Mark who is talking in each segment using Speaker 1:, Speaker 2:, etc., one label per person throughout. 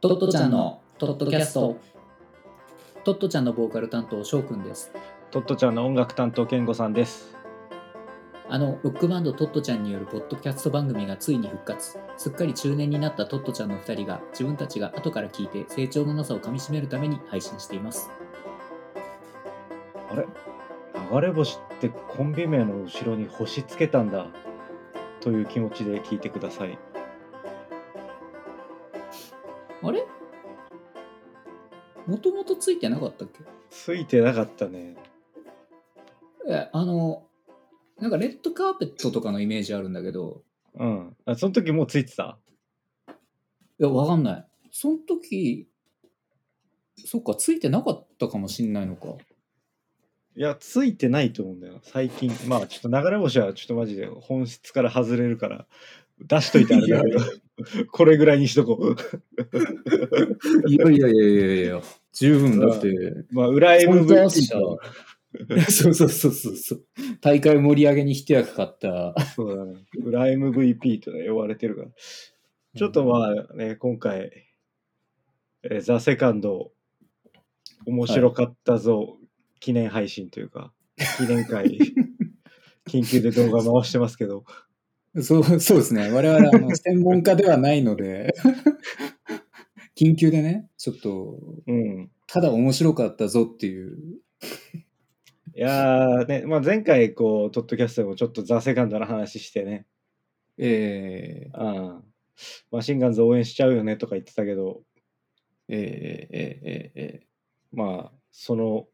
Speaker 1: トットちゃんのトットキャストトットちゃんのボーカル担当翔くんです
Speaker 2: トットちゃんの音楽担当健吾さんです。
Speaker 1: あのロックバンドトットちゃんによるポッドキャスト番組がついに復活すっかり中年になったトットちゃんの2人が自分たちが後から聞いて成長のなさをかみしめるために配信しています
Speaker 2: あれ流れ星ってコンビ名の後ろに星つけたんだという気持ちで聞いてください。
Speaker 1: あれもともとついてなかったっけ
Speaker 2: ついてなかったね。
Speaker 1: えあのなんかレッドカーペットとかのイメージあるんだけど
Speaker 2: うん。あその時もうついてた
Speaker 1: いやわかんないその時そっかついてなかったかもしんないのか
Speaker 2: いや、ついてないと思うんだよ。最近。まあ、ちょっと流れ星はちょっとマジで本質から外れるから、出しといてあれだけど、これぐらいにしとこう。
Speaker 3: いやいやいやいやいや、十分だって。
Speaker 2: まあ、裏 MVP と。
Speaker 3: そうそうそうそうそう。
Speaker 1: 大会盛り上げに一役買った
Speaker 2: そうだね。裏 MVP とね、呼ばれてるから。ちょっとまあね、今回、えーザ・セカンド、面白かったぞ、記念配信というか、記念会、緊急で動画回してますけど、
Speaker 1: そうそうですね。我々、あ の、専門家ではないので、 緊急でね、ちょっと、
Speaker 2: うん。
Speaker 1: ただ面白かったぞっていう。
Speaker 2: いやーね、まあ、前回、こう、トッドキャストでもちょっとザ・セカンドの話してね、
Speaker 1: え
Speaker 2: うん、マシンガンズ応援しちゃうよねとか言ってたけど、
Speaker 1: ええええええ
Speaker 2: まあ、その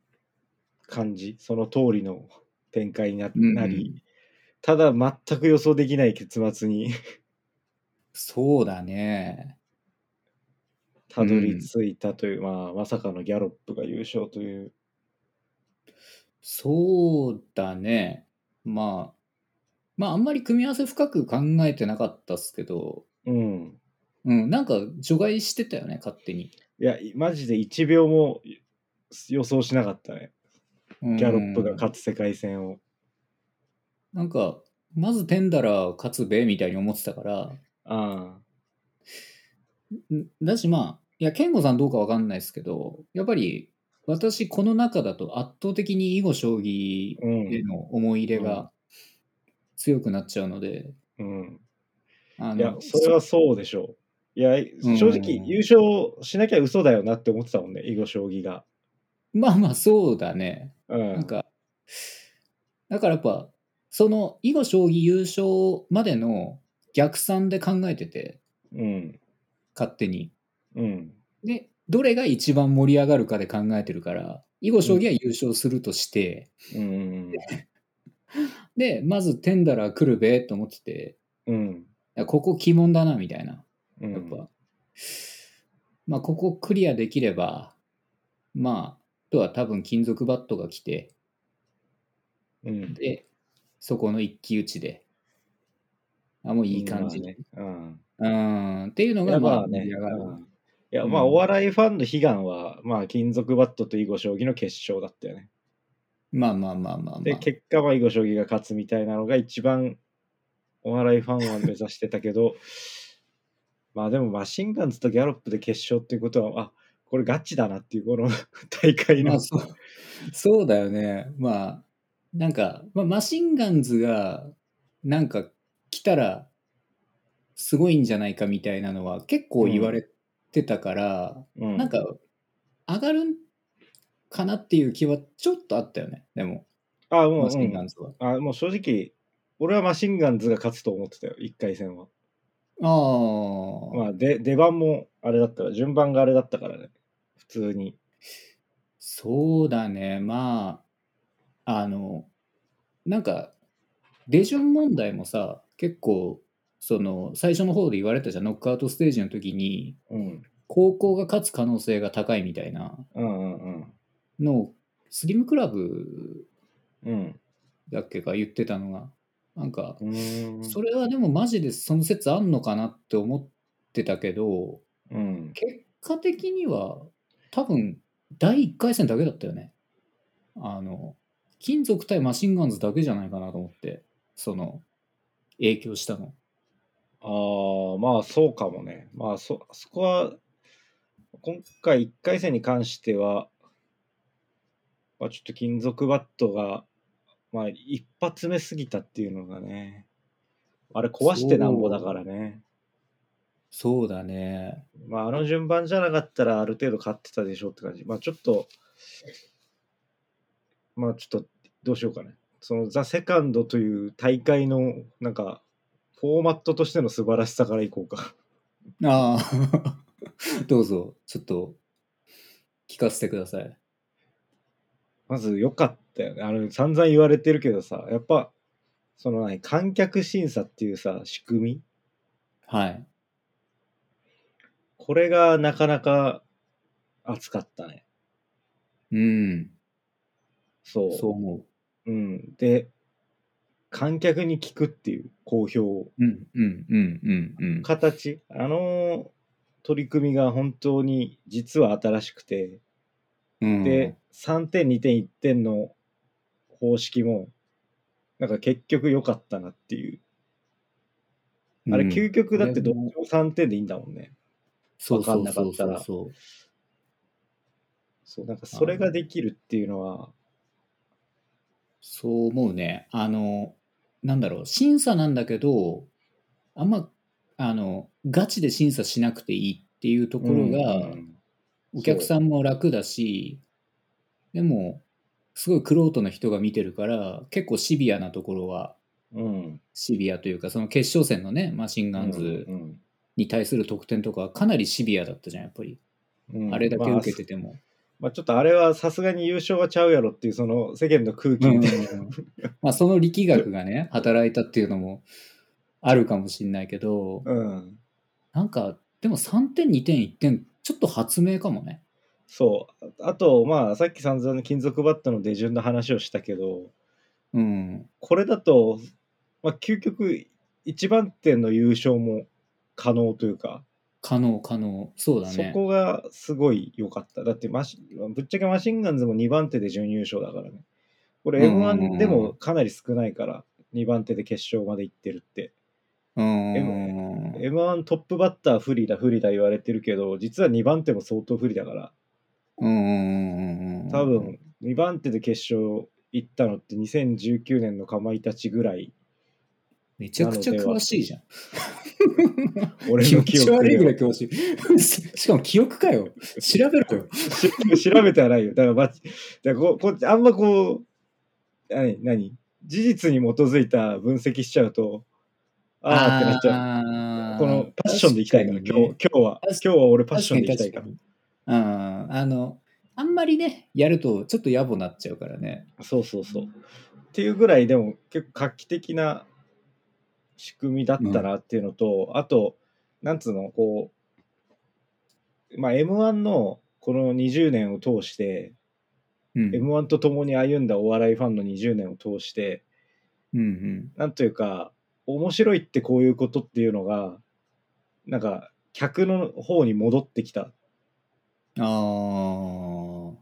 Speaker 2: 感じ、その通りの展開にな
Speaker 1: うん
Speaker 2: なり、ただ全く予想できない結末に
Speaker 1: そうだね。
Speaker 2: たどり着いたという、まあ、まさかのギャロップが優勝という、
Speaker 1: そうだね。まあ、まあ、あんまり組み合わせ深く考えてなかったっすけど、
Speaker 2: うん。
Speaker 1: うん、なんか除外してたよね、勝手に。
Speaker 2: いや、いマジで1秒も予想しなかったね、
Speaker 1: うん
Speaker 2: ギャロップが勝つ世界戦を。
Speaker 1: なんか、まずテンダラー勝つべ、みたいに思ってたから、
Speaker 2: ああ、
Speaker 1: んだしまあいや健吾さんどうかわかんないですけどやっぱり私この中だと圧倒的に囲碁将棋
Speaker 2: う
Speaker 1: へ
Speaker 2: ん。
Speaker 1: の思い入れが強くなっちゃうので、
Speaker 2: うん、
Speaker 1: あ
Speaker 2: いや
Speaker 1: の、
Speaker 2: それはそうでしょう。いや、正直、
Speaker 1: うん
Speaker 2: 優勝しなきゃ嘘だよなって思ってたもんね、囲碁将棋が。
Speaker 1: まあまあそうだね
Speaker 2: う
Speaker 1: なん
Speaker 2: ん。
Speaker 1: かだからやっぱその囲碁将棋優勝までの逆算で考えてて
Speaker 2: うん。
Speaker 1: 勝手に
Speaker 2: うん。
Speaker 1: でどれが一番盛り上がるかで考えてるから囲碁将棋は優勝するとして、
Speaker 2: うん。
Speaker 1: で、まずテンダラー来るべと思ってて、
Speaker 2: うん。
Speaker 1: いやここ鬼門だな、みたいな。
Speaker 2: うん
Speaker 1: やっぱ、まあ、ここクリアできれば、まあ、あとは多分金属バットが来て、
Speaker 2: うん。
Speaker 1: で、そこの一騎打ちで、あ、もういい感じね。
Speaker 2: まあね。
Speaker 1: うん、っていう
Speaker 2: う
Speaker 1: の
Speaker 2: ん。い
Speaker 1: が、
Speaker 2: や、
Speaker 1: ま
Speaker 2: ま
Speaker 1: あ、
Speaker 2: あね。
Speaker 1: 盛り上がる
Speaker 2: うんいや、まあ、
Speaker 1: うん
Speaker 2: お笑いファンの悲願は、まあ、金属バットと囲碁将棋の決勝だったよね。
Speaker 1: まあまあまあまあまあ。
Speaker 2: で、結果は囲碁将棋が勝つみたいなのが一番お笑いファンは目指してたけど、 まあでもマシンガンズとギャロップで決勝っていうことは、あこれガチだなっていう、この 大会
Speaker 1: ま
Speaker 2: の
Speaker 1: あ、。そうそうだよね。まあ、なんか、まあ、マシンガンズが、なんか来たら、すごいんじゃないかみたいなのは結構言われてたから、
Speaker 2: うん
Speaker 1: なんか、上がるかなっていう気はちょっとあったよね。でも、
Speaker 2: あ、もう、
Speaker 1: マシン
Speaker 2: う
Speaker 1: ガン
Speaker 2: ん、
Speaker 1: ズは。
Speaker 2: あもう正直、俺はマシンガンズが勝つと思ってたよ、1回戦は。
Speaker 1: ああ、
Speaker 2: まあ、で出番もあれだったから、順番があれだったからね、普通に。
Speaker 1: そうだね。まあ、あの、なんか、手順問題もさ、結構、その、最初の方で言われたじゃん、ノックアウトステージの時に、
Speaker 2: うん。
Speaker 1: 高校が勝つ可能性が高いみたいな
Speaker 2: うんうん
Speaker 1: のを、スリムクラブ
Speaker 2: うん。うん。
Speaker 1: だっけか言ってたのが、なんか、
Speaker 2: うーん
Speaker 1: それはでもマジでその説あんのかなって思ってたけど、
Speaker 2: うん。
Speaker 1: 結果的には多分第1回戦だけだったよねあの金属対マシンガンズだけじゃないかなと思ってその影響したの
Speaker 2: ああ、まあそうかもね。まあそ、そこは、今回1回戦に関しては、まあ、ちょっと金属バットが、まあ、一発目すぎたっていうのがね、あれ壊してなんぼだからね。
Speaker 1: そうだね。
Speaker 2: まあ、あの順番じゃなかったらある程度勝ってたでしょうって感じ。まあ、ちょっと、まあ、ちょっと、どうしようかね。その、ザ・セカンドという大会の、なんか、フォーマットとしての素晴らしさからいこうか。
Speaker 1: ああ、 どうぞ、ちょっと、聞かせてください。
Speaker 2: まず、良かったよね。あの、散々言われてるけどさ、やっぱ、その、何、観客審査っていうさ、仕組み
Speaker 1: はい。
Speaker 2: これがなかなか熱かったね。
Speaker 1: うん。
Speaker 2: そう。
Speaker 1: そう思
Speaker 2: うん。で、観客に聞くっていう好評
Speaker 1: う。うん、うん、うん、うん、うん。
Speaker 2: 形、あの取り組みが本当に実は新しくて、
Speaker 1: うん
Speaker 2: で、、3点、2点、1点の方式も、なんか結局良かったなっていう。あれ、究極だってどっちも3点でいいんだもんね。
Speaker 1: 分
Speaker 2: わかんなかったら
Speaker 1: そうそうそうそう
Speaker 2: そう、なんかそれができるっていうのは、
Speaker 1: そう思うね。あの、なんだろう、審査なんだけど、あんま、あの、ガチで審査しなくていいっていうところが、
Speaker 2: うん
Speaker 1: お客さんも楽だし、でも、すごい玄人の人が見てるから、結構シビアなところは、
Speaker 2: うん。
Speaker 1: シビアというか、その決勝戦のね、マシンガンズ
Speaker 2: うん
Speaker 1: に対する得点とか、かなりシビアだったじゃん、やっぱり。
Speaker 2: うん
Speaker 1: あれだけ受けて
Speaker 2: まあ
Speaker 1: ても。
Speaker 2: まあちょっとあれはさすがに優勝はちゃうやろっていう、その世間の空気
Speaker 1: うん
Speaker 2: み
Speaker 1: うん
Speaker 2: たいな。
Speaker 1: うん まあ、その力学がね、働いたっていうのもあるかもしんないけど、
Speaker 2: うん。
Speaker 1: なんか、でも3点、2点、1点、ちょっと発明かもね。
Speaker 2: そう。ああと、まあ、さっき散々金属バットの出順の話をしたけど、
Speaker 1: うん。
Speaker 2: これだと、まあ、究極、一番点の優勝も可能というか、
Speaker 1: 可能、可能。そうだ
Speaker 2: そ
Speaker 1: ね。
Speaker 2: こがすごい良かった。だってマシ、ぶっちゃけマシンガンズも2番手で準優勝だからね。これ
Speaker 1: うんうんうんうん
Speaker 2: M1 でもかなり少ないから、2番手で決勝まで行ってるって。
Speaker 1: う
Speaker 2: で
Speaker 1: ん。
Speaker 2: M1 トップバッター不利だ不利だ言われてるけど、実は2番手も相当不利だから、
Speaker 1: うんうんうん。
Speaker 2: 多。分2番手で決勝行ったのって2019年のかまいたちぐらい
Speaker 1: めちゃくちゃ詳しいじゃん。
Speaker 2: 俺
Speaker 1: 気
Speaker 2: の
Speaker 1: 持
Speaker 2: 記
Speaker 1: ち
Speaker 2: 憶
Speaker 1: 悪いぐらい
Speaker 2: で
Speaker 1: 詳しい。しかも記憶かよ。調べろよ。
Speaker 2: し 調べてはないよだから,、ま、だからここあんまこう何何事実に基づいた分析しちゃうとあーってなっちゃう
Speaker 1: ゃ
Speaker 2: このパッションでいきたいから、今日今日は
Speaker 1: 確かに
Speaker 2: 今日は俺パッションでいきたいから
Speaker 1: うん。あの、あんまりね、やるとちょっと野暮になっちゃうからね。
Speaker 2: そうそうそうっていうぐらいでも結構画期的な仕組みだったなっていうのと、あとなんつうのこうまあ m 1のこの20年を通して、
Speaker 1: うん。うん
Speaker 2: m 1と共に歩んだお笑いファンの20年を通して
Speaker 1: うん。
Speaker 2: なんというか面白いってこういうことっていうのがなんか客の方に戻ってきたっ
Speaker 1: ああ。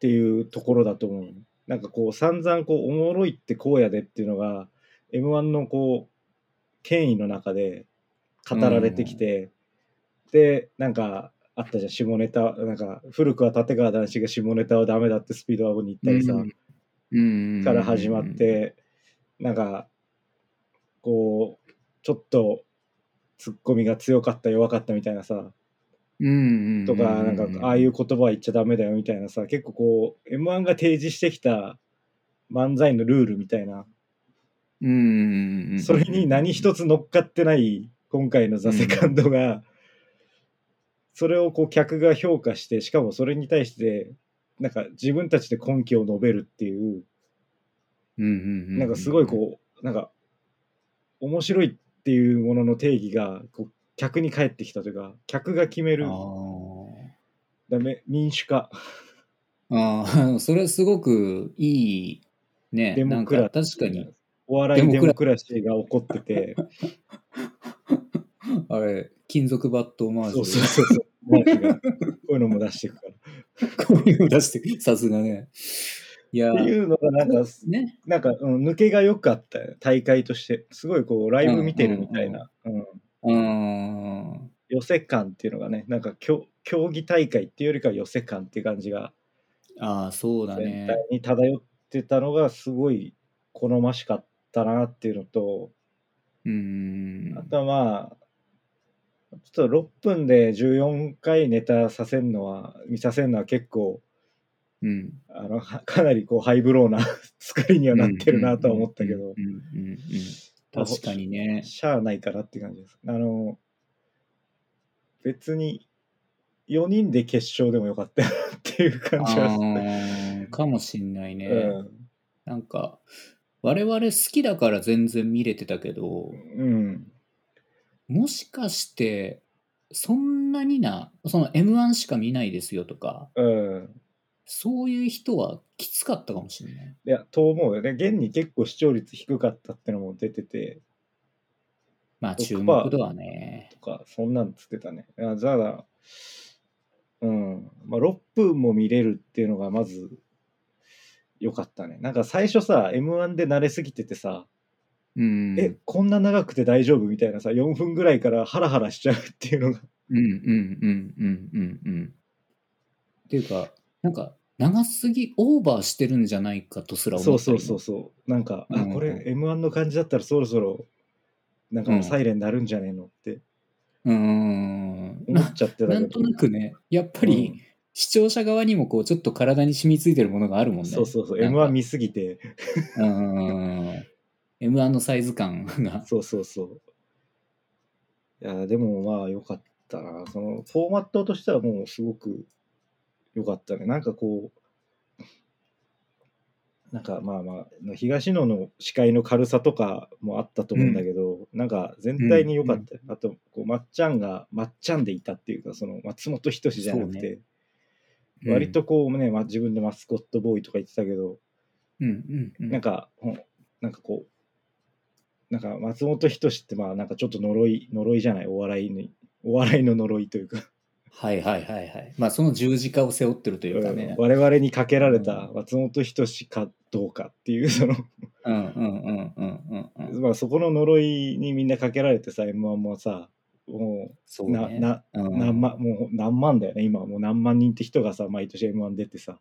Speaker 2: ていうところだと思うなんかこう散々こうおもろいってこうやでっていうのが m 1のこう権威の中で語られてきて、でなんかあったじゃん下ネタなんか古くは立川談志が下ネタはダメだってスピードアップに行ったりさ、
Speaker 1: うん。
Speaker 2: から始まっ。て、なんか、こう、ちょっと、ツッコミが強かった、弱かったみたいなさ、
Speaker 1: うん。
Speaker 2: とか、なんか、ああいう言葉は言っちゃダメだよみたいなさ、結構こう、M1 が提示してきた漫才のルールみたいな、
Speaker 1: うん。
Speaker 2: それに何一つ乗っかってない、今回のザ・セカンドが、それをこう、客が評価して、しかもそれに対して、なんか、自分たちで根拠を述べるっていう、
Speaker 1: な
Speaker 2: なんかすごいこう、なんか、面白いっていうものの定義が、こう、客に返ってきたというか、客が決める、ダメ、民主化。
Speaker 1: あーあー、それはすごくいいね。
Speaker 2: デモクラ
Speaker 1: なんか確かに、。
Speaker 2: お笑い
Speaker 1: デ
Speaker 2: デ
Speaker 1: モ
Speaker 2: モ
Speaker 1: ク
Speaker 2: クラシーが起こってて、
Speaker 1: あれ、金属バットオマージ
Speaker 2: そ
Speaker 1: ュ
Speaker 2: うそうそうそう。マーシがこういうのも出していくから。
Speaker 1: こういうの出して、さすがね。いや
Speaker 2: っ
Speaker 1: ー、
Speaker 2: ていうのがなんか、
Speaker 1: ね。
Speaker 2: なんか、うん、抜けが良かったよ大会として。すごいこう、ライブ見てるみたいな。うん
Speaker 1: うーん。
Speaker 2: 寄せ感っていうのがね、なんか競競技大会っていうよりかは寄せ感っていう感じが
Speaker 1: ああ、そうだね
Speaker 2: 全体。に漂ってたのがすごい好ましかったなっていうのと、
Speaker 1: うん。
Speaker 2: あとはまあ、ちょっと6分で14回ネタさせるのは、見させるのは結構、
Speaker 1: うん。
Speaker 2: あの はかなりこうハイブローな 作りにはなってるなとは思ったけ
Speaker 1: うんう
Speaker 2: ど
Speaker 1: ん、うんうんうん確かにね。
Speaker 2: しゃあないかなって感じです。あの、別に4人で決勝でもよ かったなっていう感じがする。
Speaker 1: あーかもしんないね。
Speaker 2: うん
Speaker 1: なんか、我々好きだから全然見れてたけど、
Speaker 2: うん、
Speaker 1: もしかして、そんなにな、その M1 しか見ないですよとか、
Speaker 2: うん。
Speaker 1: そういう人はきつかったかもしれない。
Speaker 2: いや、と思うよね。現に結構視聴率低かったってのも出てて、
Speaker 1: まあ
Speaker 2: 6%
Speaker 1: 注目度はね。
Speaker 2: とか、そんなんつってたね。あだから、うん。まあ、6分も見れるっていうのがまず、よかったね。なんか最初さ、M1 で慣れすぎててさ、
Speaker 1: うん。
Speaker 2: え、こんな長くて大丈夫みたいなさ、4分ぐらいからハラハラしちゃうっていうのが。
Speaker 1: うんうんうんうんうんうん。っていうか、なんか長すぎ、オーバーしてるんじゃないかとすら思った
Speaker 2: そ
Speaker 1: り
Speaker 2: う
Speaker 1: も
Speaker 2: そうそうそう。なんか、
Speaker 1: うんう
Speaker 2: あ、
Speaker 1: ん
Speaker 2: これ M1 の感じだったらそろそろ、なんかもうサイレンなるんじゃねえのって
Speaker 1: うーん。
Speaker 2: 思
Speaker 1: な
Speaker 2: っちゃってたけ
Speaker 1: な
Speaker 2: ど。
Speaker 1: んとなくね、やっぱり、
Speaker 2: うん
Speaker 1: 視聴者側にもこうちょっと体に染みついてるものがあるもんね。
Speaker 2: そうそうそう。
Speaker 1: なんか
Speaker 2: M1 見すぎて、
Speaker 1: うーん。M1 のサイズ感が。
Speaker 2: そうそうそう。いや、でもまあ良かったな。そのフォーマットとしてはもうすごく良かったね。なんかこう、なんかまあまあ、東野の視界の軽さとかもあったと思うんだけど、なんか全体に良かったよ、あと、こう、まっちゃんが、まっちゃんでいたっていうか、その松本人志じゃなく
Speaker 1: そう
Speaker 2: て、 割とこうね、まあ、自分でマスコットボーイとか言ってたけど、
Speaker 1: うん、うんうんうん、
Speaker 2: なんか、ほんなんかこう、なんか松本人志って、まあなんかちょっと呪い、呪いじゃない、お笑いに、お笑いの呪いというか、
Speaker 1: はいはいはいはい。まあその十字架を背負ってるというか
Speaker 2: うん
Speaker 1: ね。
Speaker 2: 我々にかけられた松本人志かどうかっていう、その、
Speaker 1: うんうんうんうんうんうん。
Speaker 2: まあそこの呪いにみんなかけられてさ、M1 もさ、も
Speaker 1: そう
Speaker 2: う、
Speaker 1: ね
Speaker 2: な、。な、
Speaker 1: うん
Speaker 2: 何万、もう何万だよね、今、もう何万人って人がさ、毎年 M1 出てさ、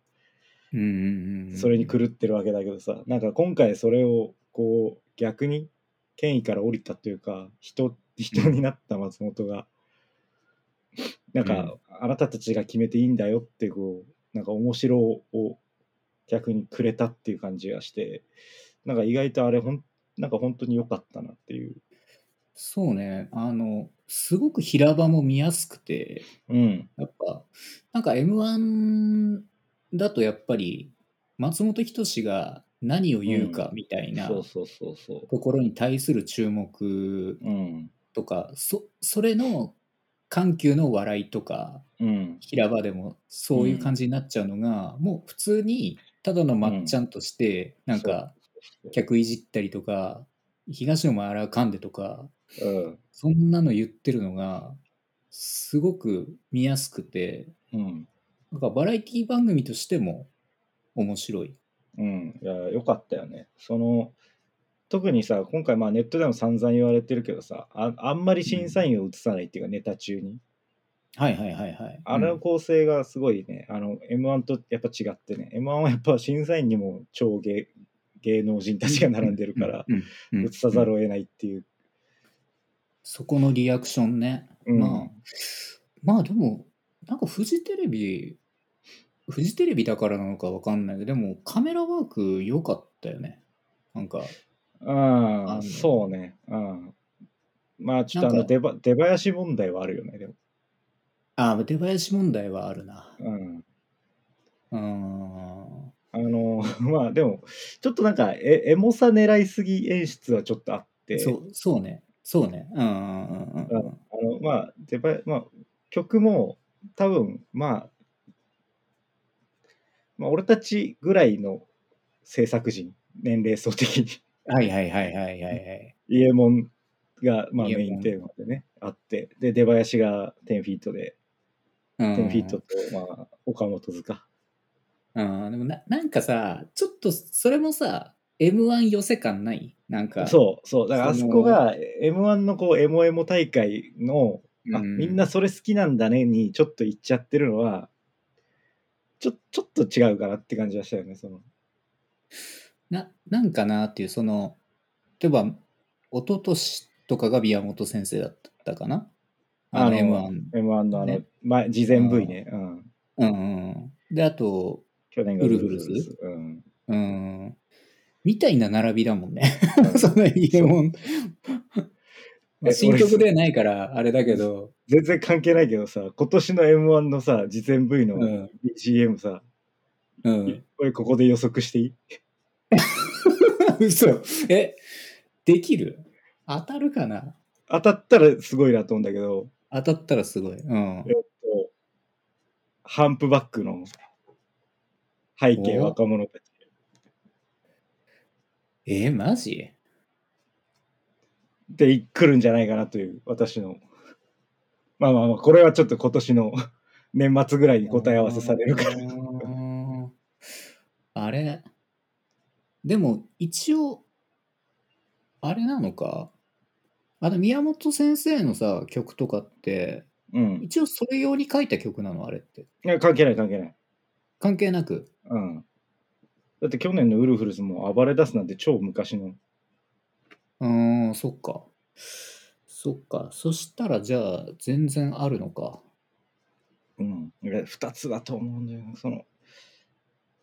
Speaker 1: うんうんうん、
Speaker 2: それに狂ってるわけだけどさ、なんか今回それをこう逆に権威から降りたというか、人、人になった松本が、なんかあなたたちが決めていいんだよってこう、なんか面白を逆にくれたっていう感じがして、なんか意外とあれほん、なんか本当に良かったなっていう。
Speaker 1: そうね。あの、すごく平場も見やすくて、
Speaker 2: うん。
Speaker 1: やっぱ、なんか M1 だとやっぱり、松本人志が何を言うかみたいな
Speaker 2: そ
Speaker 1: と
Speaker 2: うそうそうそ
Speaker 1: ころに対する注目
Speaker 2: う。うん。
Speaker 1: とか、そそれの緩急の笑いとか、
Speaker 2: うん。
Speaker 1: 平場でもそういう感じになっちゃうのが、もう普通にただのまっちゃんとして、なんか客いじったりとか、東野もあらかんでとか、
Speaker 2: うん。
Speaker 1: そんなの言ってるのが、すごく見やすくて、
Speaker 2: うん。
Speaker 1: なんかバラエティ番組としても面白い。
Speaker 2: うん、いや、よかったよね。その、特にさ、今回、まあネットでも散々言われてるけどさ、ああんまり審査員を映さないっていうか、ネタ中に。
Speaker 1: はいはいはいはい。
Speaker 2: あの構成がすごいね、あの、M1 とやっぱ違ってね、M1 はやっぱ審査員にも超芸芸能人たちが並んでるから、
Speaker 1: うん、うん
Speaker 2: 映さざるを得ないっていう。
Speaker 1: そこのリアクションね。
Speaker 2: うん
Speaker 1: まあ、まあでも、なんかフジテレビ、フジテレビだからなのかわかんないけど、でもカメラワーク良かったよね。なんか、
Speaker 2: うん、
Speaker 1: あの
Speaker 2: そうね。うん。まあちょっとあ
Speaker 1: なん
Speaker 2: の
Speaker 1: か
Speaker 2: 出ば、出囃子問題はあるよね、でも。
Speaker 1: ああ、出囃子問題はあるな。
Speaker 2: うん。
Speaker 1: うーん。
Speaker 2: あの、 まあでも、ちょっとなんか、えエモさ狙いすぎ演出はちょっとあって。
Speaker 1: そう、そうね。そうね。うんうんうんうんうん。
Speaker 2: あのまあデバイ、まあ、曲も多分、まあ、まあ俺たちぐらいの制作人年齢層的に
Speaker 1: はいはいはいはいはいはい。
Speaker 2: イエモンが、まあ、
Speaker 1: 伊右
Speaker 2: メ
Speaker 1: 衛
Speaker 2: イ
Speaker 1: 門
Speaker 2: ンテーマでねあってで出囃子が10フィートで
Speaker 1: うん
Speaker 2: 10フィートと、まあ、岡本塚
Speaker 1: うん、でもななんかさ、ちょっとそれもさ、M1 寄せ感ないなんか、
Speaker 2: そうそうだからあ
Speaker 1: そ
Speaker 2: そ
Speaker 1: の
Speaker 2: こが m 1のこうエモエモ大会のあみんなそれ好きなんだねにちょっと言っちゃってるのはちょちょっと違うかなって感じがしたよねその
Speaker 1: ななんかなっていうその例えば一昨年とかが宮本先生だったかなあの M1
Speaker 2: M1 のあの、
Speaker 1: ね
Speaker 2: 前事前 V ね、うん、
Speaker 1: うんうんであと
Speaker 2: 去年が
Speaker 1: ウルフルズ
Speaker 2: ウズうん、
Speaker 1: うんみたいな並びだもんね そのイエモン
Speaker 2: え
Speaker 1: 新曲ではないからあれだけど、
Speaker 2: 全然関係ないけどさ今年の M1 のさ事前 V
Speaker 1: う
Speaker 2: の
Speaker 1: ん
Speaker 2: BGM さ、
Speaker 1: うん、
Speaker 2: これここで予測していい
Speaker 1: 嘘えできる当たるかな
Speaker 2: 当たったらすごいなと思うんだけど
Speaker 1: 当たったらすごい、うん、
Speaker 2: こうハンプバックの背景
Speaker 1: お
Speaker 2: 若者たち
Speaker 1: えマジ
Speaker 2: で来るんじゃないかなという私のまあまあまあこれはちょっと今年の 年末ぐらいに答え合わせされるから
Speaker 1: あー あれでも一応あれなのかあの宮本先生のさ曲とかって
Speaker 2: うん
Speaker 1: 一応それ用に書いた曲なのあれって
Speaker 2: いや関係ない関係ない
Speaker 1: 関係なく
Speaker 2: うんだって去年のウルフルズも暴れ出すなんて超昔の
Speaker 1: うーんそっかそっかそしたらじゃあ全然あるのか
Speaker 2: うん、2つだと思うんだよなその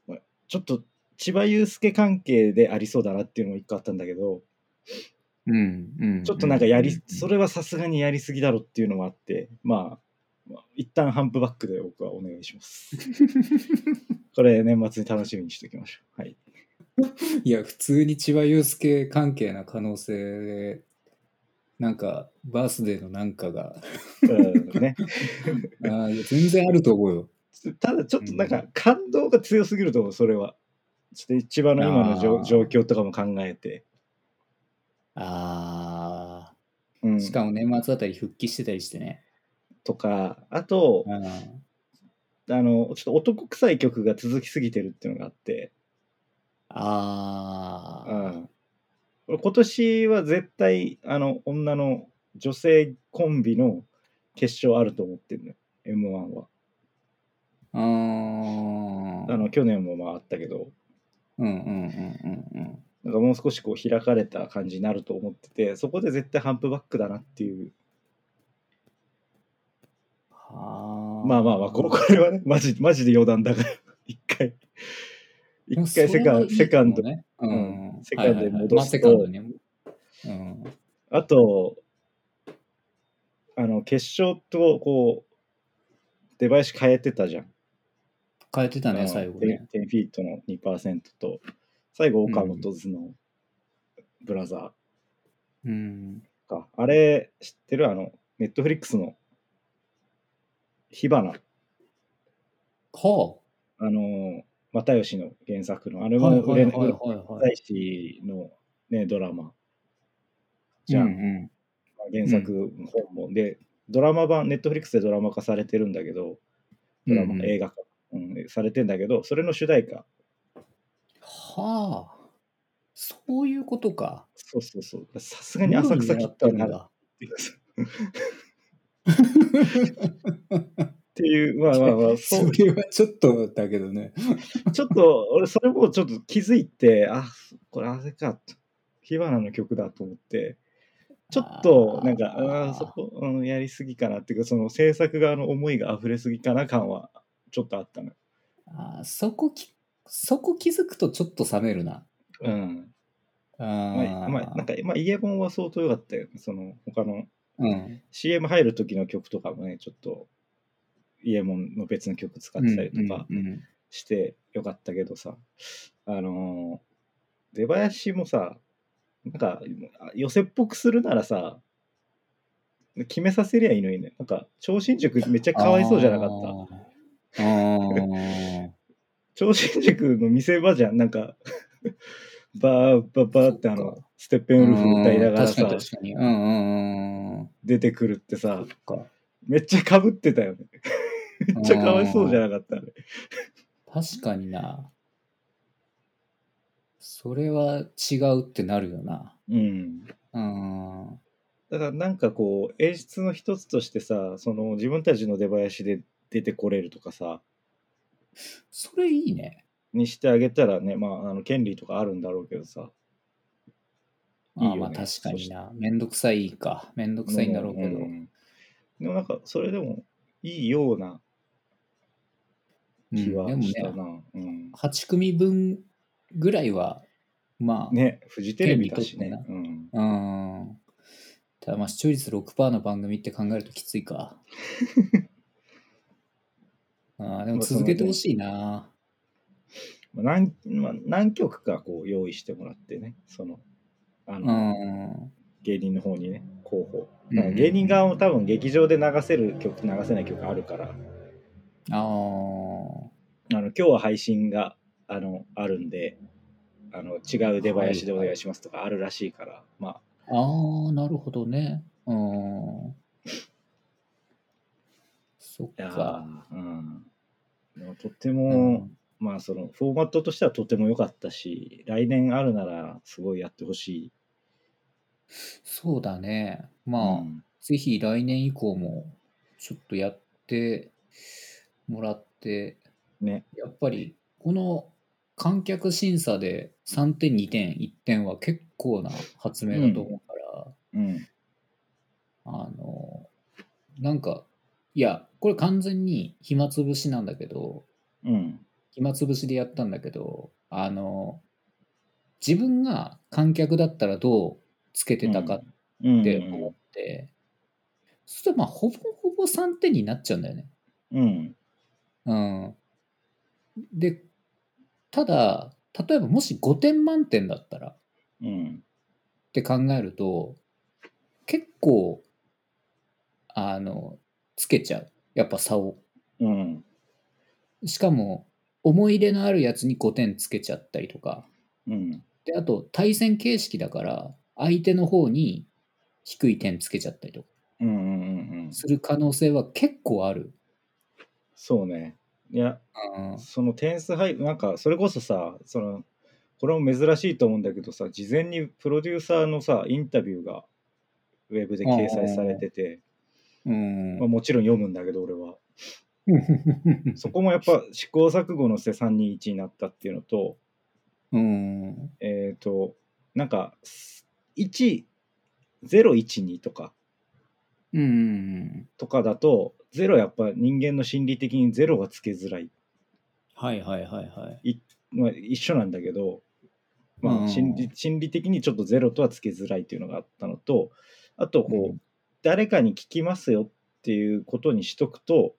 Speaker 2: まあちょっと千葉雄介関係でありそうだなっていうのも一個あったんだけど
Speaker 1: うんうん
Speaker 2: ちょっとなんかやり、そ
Speaker 1: れ
Speaker 2: れはさすがにやりすぎだろっていうのもあってまあ、まあ、一旦ハンプバックで僕はお願いします これ年末に楽しみにしておきましょうはい
Speaker 1: いや普通に千葉雄介関係な可能性でなんかバースデーのなんかが
Speaker 2: うんね、
Speaker 1: あーいや全然あると思うよ
Speaker 2: ただちょっとなんか感動が強すぎると思うそれはちょっと千葉の今の
Speaker 1: あ
Speaker 2: 状
Speaker 1: ー
Speaker 2: 状況とかも考えて、
Speaker 1: あ
Speaker 2: う
Speaker 1: ー
Speaker 2: ん、
Speaker 1: しかも年末あたり復帰してたりしてね、
Speaker 2: とかあと、
Speaker 1: うん、
Speaker 2: あの、ちょっと男臭い曲が続きすぎてるっていうのがあって、
Speaker 1: あ
Speaker 2: う
Speaker 1: ー
Speaker 2: ん。俺今年は絶対、あの、女の女性コンビの決勝あると思ってるのよ、M1 は。
Speaker 1: あー
Speaker 2: あの、去年もまああったけど、
Speaker 1: うんうんうんうんうん
Speaker 2: なんかもう少しこう開かれた感じになると思ってて、そこで絶対ハンプバックだなっていう。ま
Speaker 1: ま
Speaker 2: あまあまあ、ここれはね、マジ、マジで余談だから、 一回。一回セカンセカンド。
Speaker 1: ね、うん、
Speaker 2: セカンドに
Speaker 1: はいはいはい
Speaker 2: 戻すと
Speaker 1: まあセカンドにねうん、
Speaker 2: あと、あの、決勝と、こう、デバイス変えてたじゃん。
Speaker 1: 変えてた
Speaker 2: あ
Speaker 1: ね
Speaker 2: の
Speaker 1: 最後ね
Speaker 2: 10 10フィートの2%と、最後、岡本図のブラザ
Speaker 1: うん
Speaker 2: ーか。あれ、知ってるあの、ネットフリックスの火花。
Speaker 1: は
Speaker 2: あの、又吉の原作の、あ
Speaker 1: あ
Speaker 2: れ
Speaker 1: はい
Speaker 2: も
Speaker 1: は
Speaker 2: 売
Speaker 1: い
Speaker 2: れ
Speaker 1: は
Speaker 2: ない
Speaker 1: はい
Speaker 2: い
Speaker 1: はい
Speaker 2: 大師のね、ドラマ。じゃ。
Speaker 1: うんん
Speaker 2: 原作、本も。で、ドラマ版、ネットフリックスでドラマ化されてるんだけど、
Speaker 1: う
Speaker 2: ド
Speaker 1: ん
Speaker 2: ラマ、映画化、うん、されてんだけど、それの主題歌。
Speaker 1: はあそういうことか
Speaker 2: そうそうそう。さすがに浅草キッドはなるっていう。って いう、まあまあまあ、そ
Speaker 1: そうれはちょっとだけどね
Speaker 2: ちょっと、俺、それもちょっと気づいて、あ、これあれかと、火花の曲だと思って、ちょっと、なんか、
Speaker 1: あー
Speaker 2: あーそこ、うん、やりすぎかなっていうか、その制作側の思いが溢れすぎかな感は、ちょっとあったの。
Speaker 1: あーそこきそこ気づくとちょっと冷めるな
Speaker 2: うん。
Speaker 1: あ
Speaker 2: ま
Speaker 1: ー
Speaker 2: あ、まあ、なんか、まあ、イエボンは相当良かったよね。その、他の
Speaker 1: うん、
Speaker 2: CM 入る時の曲とかもね、ちょっと、イエモンの別の曲使ってたりとか
Speaker 1: うんうん
Speaker 2: してよかったけどさ、あのー出囃子もさ、なんか、寄せっぽくするならさ、決めさせりゃいいのにね、なんか、超新塾めっちゃかわいそうじゃなかった。
Speaker 1: たあー
Speaker 2: 超新塾の見せ場じゃん、なんか、バーバーバーってあ
Speaker 1: そっ
Speaker 2: の
Speaker 1: か、
Speaker 2: ステッペンウルフ歌いながら
Speaker 1: うん
Speaker 2: さ
Speaker 1: 確かに、確かに。うんうんうんうん。
Speaker 2: 出てくるってさ、
Speaker 1: そっか
Speaker 2: めっちゃかぶってたよね。めっちゃかわいそうじゃなかったね。
Speaker 1: 確かにな。それは違うってなるよな。
Speaker 2: うん。
Speaker 1: うん。
Speaker 2: だからなんかこう演出の一つとしてさその自分たちの出囃子で出てこれるとかさ
Speaker 1: それいいね。
Speaker 2: にしてあげたらねまああの権利とかあるんだろうけどさい
Speaker 1: あ
Speaker 2: いよ
Speaker 1: あ
Speaker 2: ね
Speaker 1: まあ確かにな。めんどくさいか。めんどくさいんだろうけど。
Speaker 2: んでもなんかそれでもいいような
Speaker 1: うん
Speaker 2: 気
Speaker 1: で
Speaker 2: は
Speaker 1: もね
Speaker 2: した、な、うん
Speaker 1: 8組分ぐらいは、まあ、
Speaker 2: ねフジテレビだし
Speaker 1: テレ
Speaker 2: ね
Speaker 1: ビ撮っ
Speaker 2: うん
Speaker 1: うん。ただまあ視聴率6%の番組って考えるときつい か。ああでも続けてほしいな。
Speaker 2: まあ何まあ、何曲かこう用意してもらってねそのあ
Speaker 1: う
Speaker 2: の、
Speaker 1: ん。
Speaker 2: 芸人の方にね候補
Speaker 1: うん
Speaker 2: だから芸人側も多分劇場で流せる曲流せない曲あるから
Speaker 1: ああ。
Speaker 2: あの今日は配信があのあるんであの違う出囃子でお願いしますとかあるらしいから、まあ
Speaker 1: ああ、なるほどね。うん。そっ
Speaker 2: いや
Speaker 1: か。
Speaker 2: ーうんでもとて
Speaker 1: うん
Speaker 2: も、まあそのフォーマットとしてはとても良かったし来年あるならすごいやってほしい、
Speaker 1: そうだね。まあ、
Speaker 2: うん
Speaker 1: ぜひ来年以降も、ちょっとやってもらって、
Speaker 2: ね
Speaker 1: やっぱり、この観客審査で3点、2点、1点は結構な発明だと思うから、
Speaker 2: うん
Speaker 1: あの、なんか、いや、これ完全に暇つぶしなんだけど、
Speaker 2: うん
Speaker 1: 暇つぶしでやったんだけどあの自分が観客だったらどうつけてたかっ
Speaker 2: うん
Speaker 1: て思って、そしたらまあほぼほぼ3点になっちゃうんだよね。
Speaker 2: うん
Speaker 1: うん、でただ例えばもし5点満点だったらっ
Speaker 2: うん
Speaker 1: て考えると結構あのつけちゃうやっぱ差を。
Speaker 2: うん
Speaker 1: しかも思い入れのあるやつに5点つけちゃったりとか。
Speaker 2: うん
Speaker 1: で、あと対戦形式だから、相手の方に低い点つけちゃったりとか
Speaker 2: うんうんうんうん
Speaker 1: する可能性は結構ある。
Speaker 2: そうねいや
Speaker 1: うん
Speaker 2: その点数配なんかそれこそさそのこれも珍しいと思うんだけどさ事前にプロデューサーのさインタビューがウェブで掲載されてて、
Speaker 1: うん
Speaker 2: まあ、もちろん読むんだけど俺は
Speaker 1: うん
Speaker 2: そこもやっぱ試行錯誤のせ321になったっていうのと
Speaker 1: うん
Speaker 2: えっ、となんか1012とか
Speaker 1: うん
Speaker 2: とかだと0やっぱ人間の心理的に0がつけづらい、
Speaker 1: はいはいはいはい。
Speaker 2: まあ、一緒なんだけど、
Speaker 1: う
Speaker 2: まあ、
Speaker 1: ん
Speaker 2: 心理心理的にちょっと0とはつけづらいっていうのがあったのとあとこう、
Speaker 1: うん
Speaker 2: 誰かに聞きますよっていうことにしとくと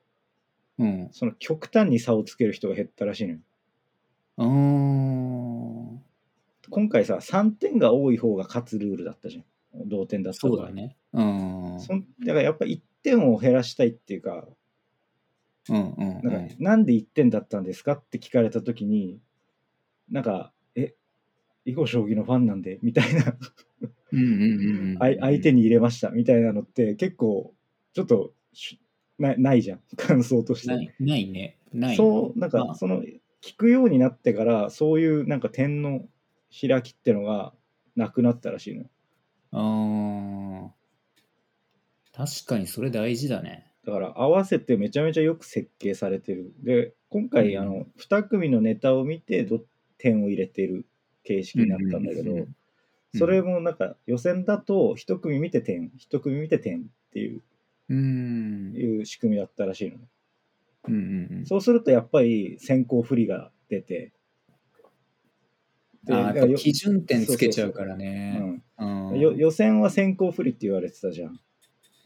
Speaker 1: うん。
Speaker 2: その極端に差をつける人が減ったらしいのよ。
Speaker 1: うん。
Speaker 2: 今回さ3点が多い方が勝つルールだったじゃん同点だった
Speaker 1: そ
Speaker 2: 場合
Speaker 1: うだね。うん。うん
Speaker 2: そんだからやっぱ1点を減らしたいっていうか
Speaker 1: うんう
Speaker 2: なんか
Speaker 1: ん。
Speaker 2: なんで1点だったんですかって聞かれた時になんか「え囲碁将棋のファンなんで」みたいな
Speaker 1: うんうんうんうん
Speaker 2: あい相手に入れましたみたいなのって結構ちょっとしなないじゃん 感想として。
Speaker 1: ないないね。ない。
Speaker 2: そうなん
Speaker 1: ま
Speaker 2: か
Speaker 1: あ
Speaker 2: その聞くようになってからそういうなんか点の開きってのがなくなったらしいのよ
Speaker 1: うん。確かにそれ大事だね。
Speaker 2: だから合わせてめちゃめちゃよく設計されてるで今回
Speaker 1: うん
Speaker 2: あの2組のネタを見てど点を入れてる形式になったんだけ
Speaker 1: うんうん
Speaker 2: ど
Speaker 1: う
Speaker 2: それもなんか予選だと1組見て点1組見て点っていう
Speaker 1: うん。
Speaker 2: いう仕組みだったらしいのね
Speaker 1: うんうん
Speaker 2: そうするとやっぱり先行不利が出て
Speaker 1: うん、あーやっぱ基準点つけちゃうから
Speaker 2: う
Speaker 1: ね。
Speaker 2: ん
Speaker 1: うん
Speaker 2: よ予選は先行不利って言われてたじゃん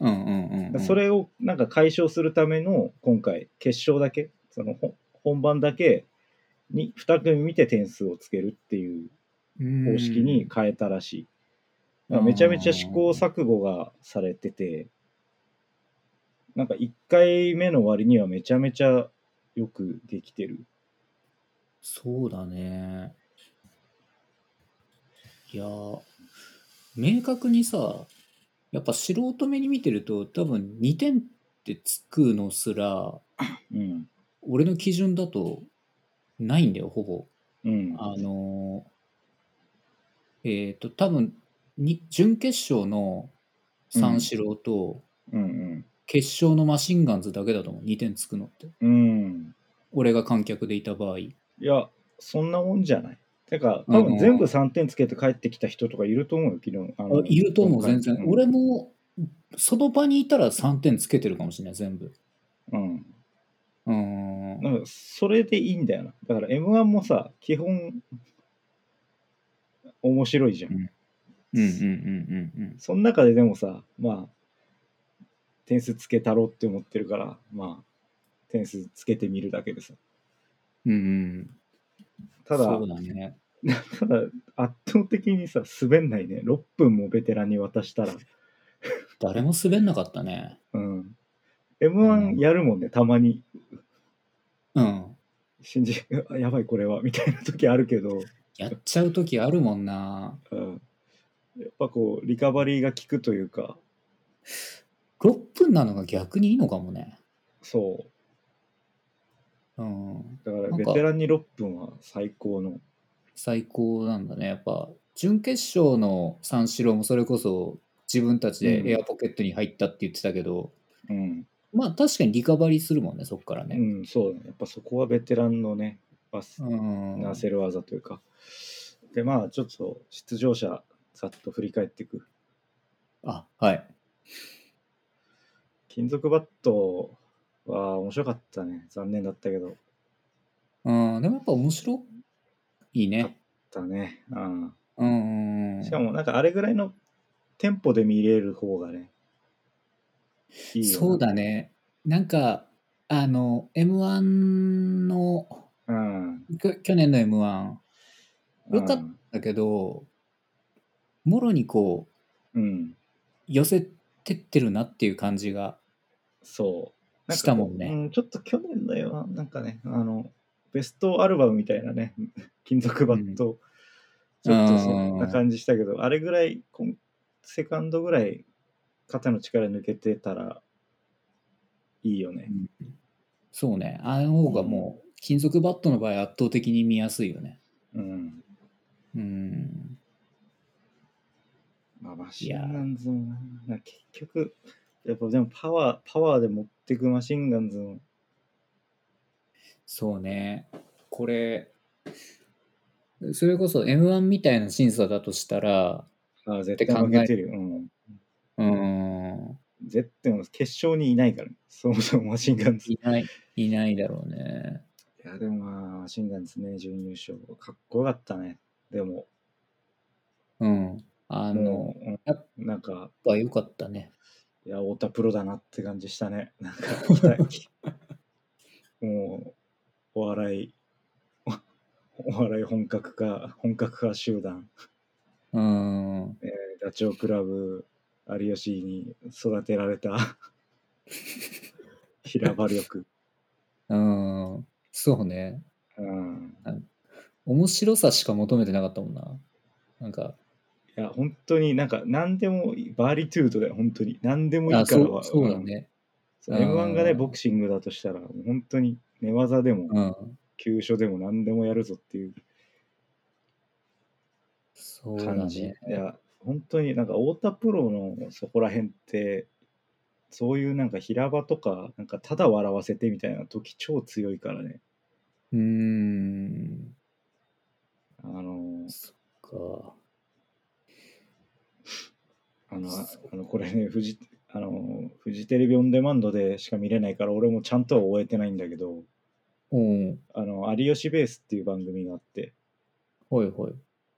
Speaker 1: うんうんうんう
Speaker 2: だ
Speaker 1: ん。
Speaker 2: それをなんか解消するための今回決勝だけそのほ本番だけに2組見て点数をつけるっていう方式に変えたらしい、だからめちゃめちゃ試行錯誤がされててなんか1回目の割にはめちゃめちゃよくできてる
Speaker 1: そうだね。いやー、明確にさ、やっぱ素人目に見てると多分2点ってつくのすら、
Speaker 2: うん
Speaker 1: 俺の基準だとないんだよ、ほぼ。
Speaker 2: うん
Speaker 1: あのーえっ、と、多分に準決勝の三四郎と、
Speaker 2: うん
Speaker 1: 決勝のマシンガンズだけだと思う。2点つくのって。
Speaker 2: うん。うん。
Speaker 1: 俺が観客でいた場合。
Speaker 2: いや、そんなもんじゃない。てか、
Speaker 1: うん
Speaker 2: 多分全部3点つけて帰ってきた人とかいると思うよ、昨日。あの
Speaker 1: あいると思う、全然。、俺
Speaker 2: 今
Speaker 1: も、その場にいたら3点つけてるかもしれない、全部。
Speaker 2: 回うん。
Speaker 1: うーん。
Speaker 2: なんかそれでいいんだよな。だから M1 もさ、基本、面白いじゃん。
Speaker 1: うんうんうんうんうん。
Speaker 2: その中ででもさ、まあ、点数つけたろうって思ってるから、まあ、点数つけてみるだけでさ。
Speaker 1: うんうん、
Speaker 2: ただ、
Speaker 1: そうだね。
Speaker 2: ただ圧倒的にさ、滑んないね。6分もベテランに渡したら。
Speaker 1: 誰も滑んなかったね。
Speaker 2: うん。
Speaker 1: うん
Speaker 2: M1 やるもんね、たまに。
Speaker 1: うん。
Speaker 2: 信じ、あやばいこれは、みたいな時あるけど、
Speaker 1: やっちゃう時あるもんな。
Speaker 2: うん。やっぱこう、リカバリーが効くというか、
Speaker 1: 6分なのが逆にいいのかもね。
Speaker 2: そう。
Speaker 1: うん。
Speaker 2: だから
Speaker 1: なん
Speaker 2: ベ
Speaker 1: か
Speaker 2: テランに6分は最高の。
Speaker 1: 最高なんだね。やっぱ、準決勝の三四郎もそれこそ自分たち
Speaker 2: うん
Speaker 1: でエアポケットに入ったって言ってたけど、
Speaker 2: うん。
Speaker 1: まあ確かにリカバリーするもんね、そっから
Speaker 2: う
Speaker 1: ね。
Speaker 2: ん、そうだね。やっぱそこはベテランのね、バス、
Speaker 1: うん。
Speaker 2: なせる技というか。で、まあ、ちょっと出場者、ざっと振り返っていく。
Speaker 1: あ、はい。
Speaker 2: 金属バットは面白かったね。残念だったけど。
Speaker 1: うん、でもやっぱ面白いね。
Speaker 2: だね。うん。
Speaker 1: うん。
Speaker 2: しかも、なんかあれぐらいのテンポで見れる方がね、いいよな
Speaker 1: そう。だね。なんか、あの、M1 の、
Speaker 2: うん。
Speaker 1: きょ去年の M1 よかった
Speaker 2: うん
Speaker 1: だけど、もろにこう、
Speaker 2: うん。
Speaker 1: 寄せてってるなっていう感じが。
Speaker 2: そう。
Speaker 1: したもんね
Speaker 2: うん、ちょっと去年のような、なんかね、あの、ベストアルバムみたいなね、金属バット、ちょっとそんな感じしたけど、あれぐらい、こんセカンドぐらい、肩の力抜けてたら、いいよね。
Speaker 1: そうね。あの方がもう、金属バットの場合圧倒的に見やすいよね。
Speaker 2: うん。
Speaker 1: うん。
Speaker 2: まあ、マシンガンズもな、なんか結局、やっぱでもパワー、パワーで持ってくマシンガンズの、
Speaker 1: そうね。これ、それこそ M1 みたいな審査だとしたら、
Speaker 2: ああ、絶対負けてるよ。うん。
Speaker 1: うん、
Speaker 2: 絶対、決勝にいないから、ね、そもそもマシンガンズ。
Speaker 1: いない、いないだろうね。
Speaker 2: いや、でもまあ、マシンガンズね、準優勝。かっこよかったね。でも、
Speaker 1: うん。あの、
Speaker 2: もう
Speaker 1: やっ
Speaker 2: うんなんか、
Speaker 1: ぱ良かったね。
Speaker 2: いや、太田プロだなって感じしたね。なんか、期 待もう、お笑い、お笑い本格化、本格化集団、
Speaker 1: うん。
Speaker 2: えーダチョウ倶楽部、有吉に育てられた 平場力。
Speaker 1: うん。そうね。
Speaker 2: うん。
Speaker 1: 面白さしか求めてなかったもんな。なんか、
Speaker 2: いや、本当になんか、何でもいい、バーリトゥードだよ、本当に。何でもいい
Speaker 1: あ
Speaker 2: か
Speaker 1: そ
Speaker 2: ら
Speaker 1: う
Speaker 2: は
Speaker 1: そうだね。
Speaker 2: そう M1 がね、
Speaker 1: うん
Speaker 2: ボクシングだとしたら、本当に寝技でも、
Speaker 1: うん。
Speaker 2: 急所でも何でもやるぞっていう
Speaker 1: そうだ
Speaker 2: 感じ。
Speaker 1: ね。
Speaker 2: いや、本当になんか、太田プロのそこら辺って、そういうなんか平場とか、なんかただ笑わせてみたいな時超強いからね。
Speaker 1: うん。
Speaker 2: あの、
Speaker 1: そっか。
Speaker 2: あの、あ
Speaker 1: そう
Speaker 2: あのこれね、フジ、あの、フジテレビオンデマンドでしか見れないから、俺もちゃんとは終えてないんだけど、
Speaker 1: うん。
Speaker 2: あの、有吉ベースっていう番組があって、
Speaker 1: ほいほい。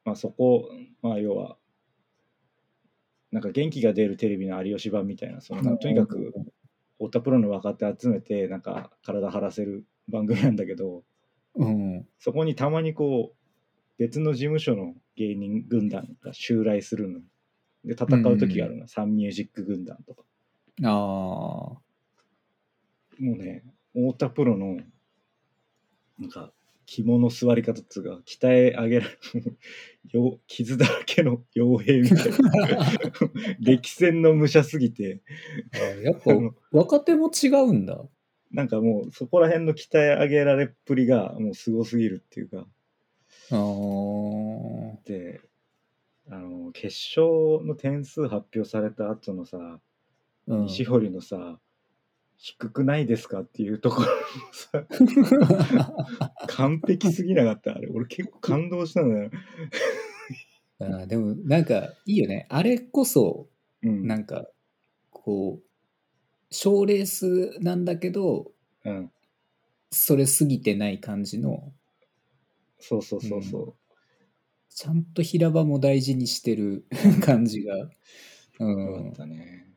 Speaker 2: まあ、そこ、まあ、要は、なんか元気が出るテレビの有吉版みたいな、そのなんかとにかく、太田プロの若手集めて、なんか体張らせる番組なんだけど、
Speaker 1: うん。
Speaker 2: そこにたまにこう、別の事務所の芸人軍団が襲来するの。で、戦う時があるの。サンミュージック軍団とか。
Speaker 1: ああ。
Speaker 2: もうね、太田プロの、なんか、肝の座り方っつうか、鍛え上げられ る、よう傷だらけの傭兵みたい な。歴戦の武者すぎて、
Speaker 1: あやっ ぱ若手も違うんだ。
Speaker 2: なんかもうそこら辺の鍛え上げられっぷりがもうすごすぎるっていうか、
Speaker 1: ああ。
Speaker 2: で、あの決勝の点数発表された後のさ
Speaker 1: うん、
Speaker 2: 西堀のさ低くないですかっていうところのさ完璧すぎなかったあれ俺結構感動したのよ、
Speaker 1: あーでもなんかいいよねあれこそ
Speaker 2: うん、
Speaker 1: なんかこう賞レースなんだけど
Speaker 2: うん、
Speaker 1: それ過ぎてない感じの
Speaker 2: そうそうそうそう、
Speaker 1: ちゃんと平場も大事にしてる 感じが、う
Speaker 2: よか
Speaker 1: ん
Speaker 2: っ、たね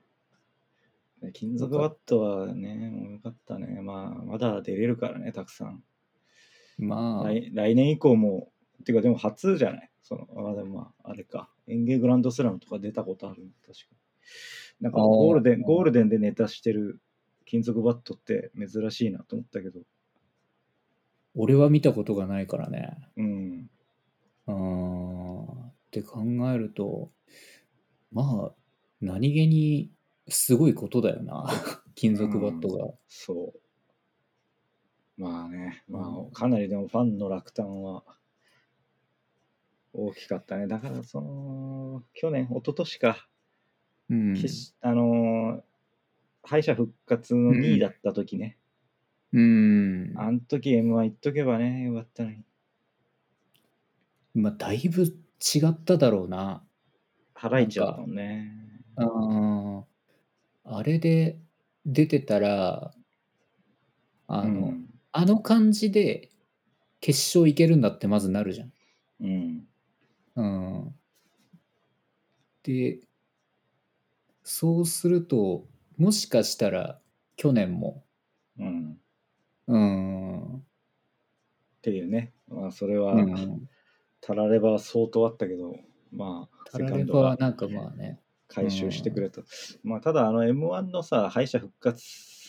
Speaker 2: 金属バットはねもうよかったねまあまだ出れるからねたくさん
Speaker 1: まあ
Speaker 2: 来来年以降もていうかでも初じゃないそのあでもまああれか園芸グランドスラムとか出たことある確かなんか
Speaker 1: あー
Speaker 2: ゴールデンゴールデンでネタしてる金属バットって珍しいなと思ったけど
Speaker 1: 俺は見たことがないからね
Speaker 2: うん
Speaker 1: うんって考えるとまあ何気にすごいことだよな 金属バットが、
Speaker 2: そうまあねま
Speaker 1: うん
Speaker 2: あかなりでもファンの落胆は大きかったねだからその去年一昨年か
Speaker 1: うん
Speaker 2: 決しあのー敗者復活の2位だった時ね、
Speaker 1: うん
Speaker 2: あん時 M1 行っとけばね、よかったのに。
Speaker 1: まあだいぶ違っただろうな
Speaker 2: ハライチだったもんね。
Speaker 1: ああれで出てたらあ
Speaker 2: う
Speaker 1: の、
Speaker 2: ん。
Speaker 1: あの感じで決勝いけるんだってまずなるじゃん。
Speaker 2: うん。
Speaker 1: うん、でそうするともしかしたら去年も、
Speaker 2: うん。
Speaker 1: うん
Speaker 2: っていうね。まあ、それは、
Speaker 1: うん、
Speaker 2: たられば相当あったけど、まあ、
Speaker 1: タ
Speaker 2: セ
Speaker 1: ラ
Speaker 2: カ
Speaker 1: レ
Speaker 2: ンド
Speaker 1: バは
Speaker 2: が
Speaker 1: なんかまあね、
Speaker 2: 回収してくれた。まあ、ただ、あの、M1 のさ、敗者復活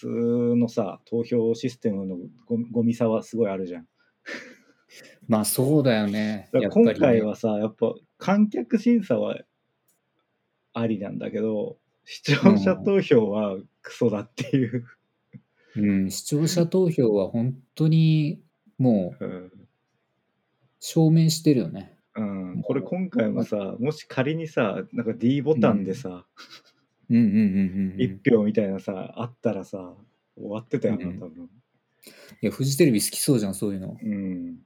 Speaker 2: のさ、投票システムのゴミゴミ差はすごいあるじゃん。
Speaker 1: まあそうだよね。
Speaker 2: だか
Speaker 1: や
Speaker 2: ら
Speaker 1: っぱりね
Speaker 2: 今回はさ、やっぱ観客審査はありなんだけど、視聴者投票はクソだっていう。
Speaker 1: うん、視聴者投票は本当にもう
Speaker 2: うん
Speaker 1: 証明してるよね。
Speaker 2: うん、これ今回もさ、もし仮にさ、なんか D ボタンでさ、
Speaker 1: うんうんうんうんうん。
Speaker 2: 1票みたいなさ、あったらさ、終わってたよな、
Speaker 1: うん
Speaker 2: 多分。
Speaker 1: いや、フジテレビ好きそうじゃん、そういうの。
Speaker 2: うん。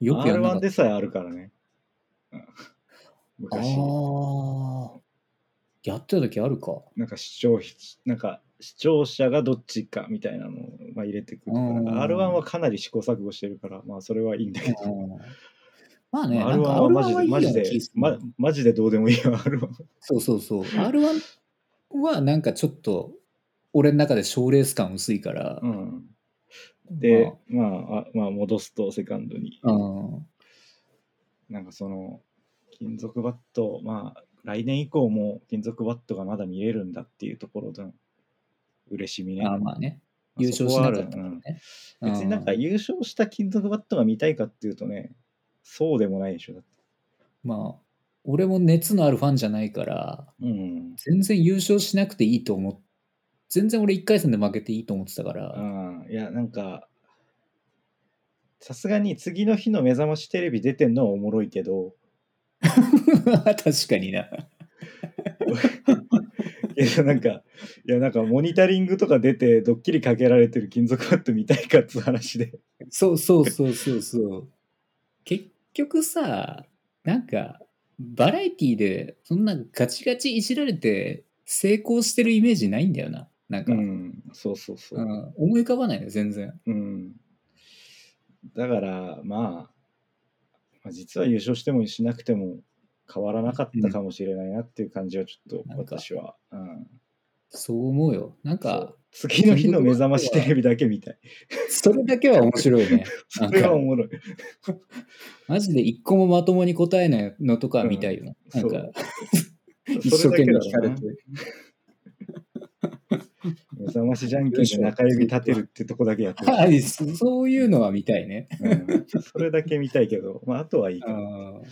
Speaker 1: よくやらなか
Speaker 2: R1
Speaker 1: った。
Speaker 2: でさえあるからね。うん
Speaker 1: あ
Speaker 2: 昔、
Speaker 1: あ。やってた時あるか。
Speaker 2: なんか視聴、なんか視聴者がどっちかみたいなのを、まあ、入れてくるとか。
Speaker 1: うん
Speaker 2: なんか R1 はかなり試行錯誤してるから、まあそれはいいんだけど。
Speaker 1: うんまあね、
Speaker 2: まあ
Speaker 1: なん
Speaker 2: R1
Speaker 1: か
Speaker 2: はマジ
Speaker 1: R1 は
Speaker 2: で、
Speaker 1: いいよ
Speaker 2: マ
Speaker 1: うな
Speaker 2: ジで
Speaker 1: 気す、る
Speaker 2: まマジでどうでもいいよ、R1。
Speaker 1: そうそうそう。R1 はなんかちょっと、俺の中で賞レース感薄いから
Speaker 2: う。ん。で、まあ、あまあ、戻すと、セカンドに。
Speaker 1: まあうん
Speaker 2: なんかその金属バットまあ来年以降も金属バットがまだ見れるんだっていうところでの嬉しみね。
Speaker 1: あーまあね。
Speaker 2: あ
Speaker 1: 優勝しなかった
Speaker 2: そこ
Speaker 1: か
Speaker 2: は
Speaker 1: ら
Speaker 2: ある
Speaker 1: ね。
Speaker 2: うん別になんか
Speaker 1: うん
Speaker 2: 優勝した金属バットが見たいかっていうとねそうでもないでしょだって。
Speaker 1: まあ、俺も熱のあるファンじゃないから、
Speaker 2: うん。
Speaker 1: 全然優勝しなくていいと思っ全然俺1回戦で負けていいと思ってたから。
Speaker 2: うん、いやなんかさすがに次の日の目覚ましテレビ出てんのはおもろいけど
Speaker 1: 確かにな。
Speaker 2: いやなんかいやなんかモニタリングとか出てドッキリかけられてる金属バット見たいかっつう話で。
Speaker 1: そうそうそうそうそう。結局さ、なんか、バラエティで、そんなガチガチいじられて、成功してるイメージないんだよな。なんか、うん
Speaker 2: ん、そうそうそう。
Speaker 1: 思い浮かばないの、全然。
Speaker 2: うん。だから、まあ、まあ、実は優勝してもしなくても変わらなかったかもしれないなっていう感じはちょっと
Speaker 1: なんか
Speaker 2: 私は。うん。
Speaker 1: そう思うよ。なん
Speaker 2: そ
Speaker 1: か
Speaker 2: う、次の日の目覚ましテレビだけみたい。
Speaker 1: それだけは面白いね。な
Speaker 2: そ
Speaker 1: ん
Speaker 2: れは
Speaker 1: か
Speaker 2: お、もろい。
Speaker 1: マジで一個もまともに答えないのとかは見たいよな。
Speaker 2: うん
Speaker 1: なんか、
Speaker 2: そ
Speaker 1: 一生懸命
Speaker 2: だ
Speaker 1: 聞かれて
Speaker 2: な。目覚ましじゃんけんで中指立てるってとこだけやってる。
Speaker 1: はい、そそういうのは見たいね。
Speaker 2: うん、それだけ見たいけど、まあ、あとはいい
Speaker 1: う
Speaker 2: かな。
Speaker 1: ん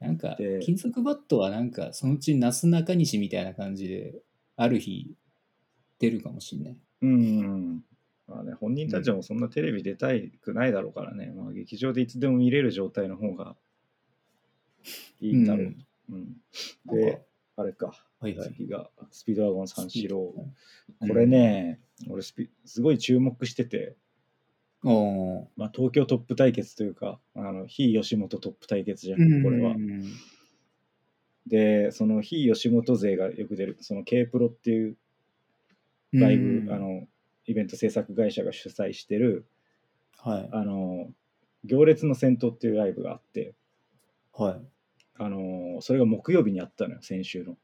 Speaker 1: なんか
Speaker 2: で
Speaker 1: 金属バットはなんかそのうちなすなかにしみたいな感じである日出るかもしんない。
Speaker 2: うん。まあね、本人たちもそんなテレビ出たくないだろうからね、まあ劇場でいつでも見れる状態の方がいいだろ
Speaker 1: う。
Speaker 2: うんうん
Speaker 1: なんか
Speaker 2: で、あれか。
Speaker 1: はいはい。
Speaker 2: 次が、スピードワゴン三四郎。
Speaker 1: う
Speaker 2: こ
Speaker 1: ん
Speaker 2: れ。ね、俺スピ、すごい注目してて、
Speaker 1: あー
Speaker 2: まあ、東京トップ対決というか、あの非吉本トップ対決じゃ
Speaker 1: うん
Speaker 2: ん、これは。で、その非吉本勢がよく出る、その K プロっていうライブ、あ、のイベント制作会社が主催してる、
Speaker 1: うんはい。
Speaker 2: あの行列の戦闘っていうライブがあって、
Speaker 1: はい。
Speaker 2: あのそれが木曜日にあったのよ、先週の。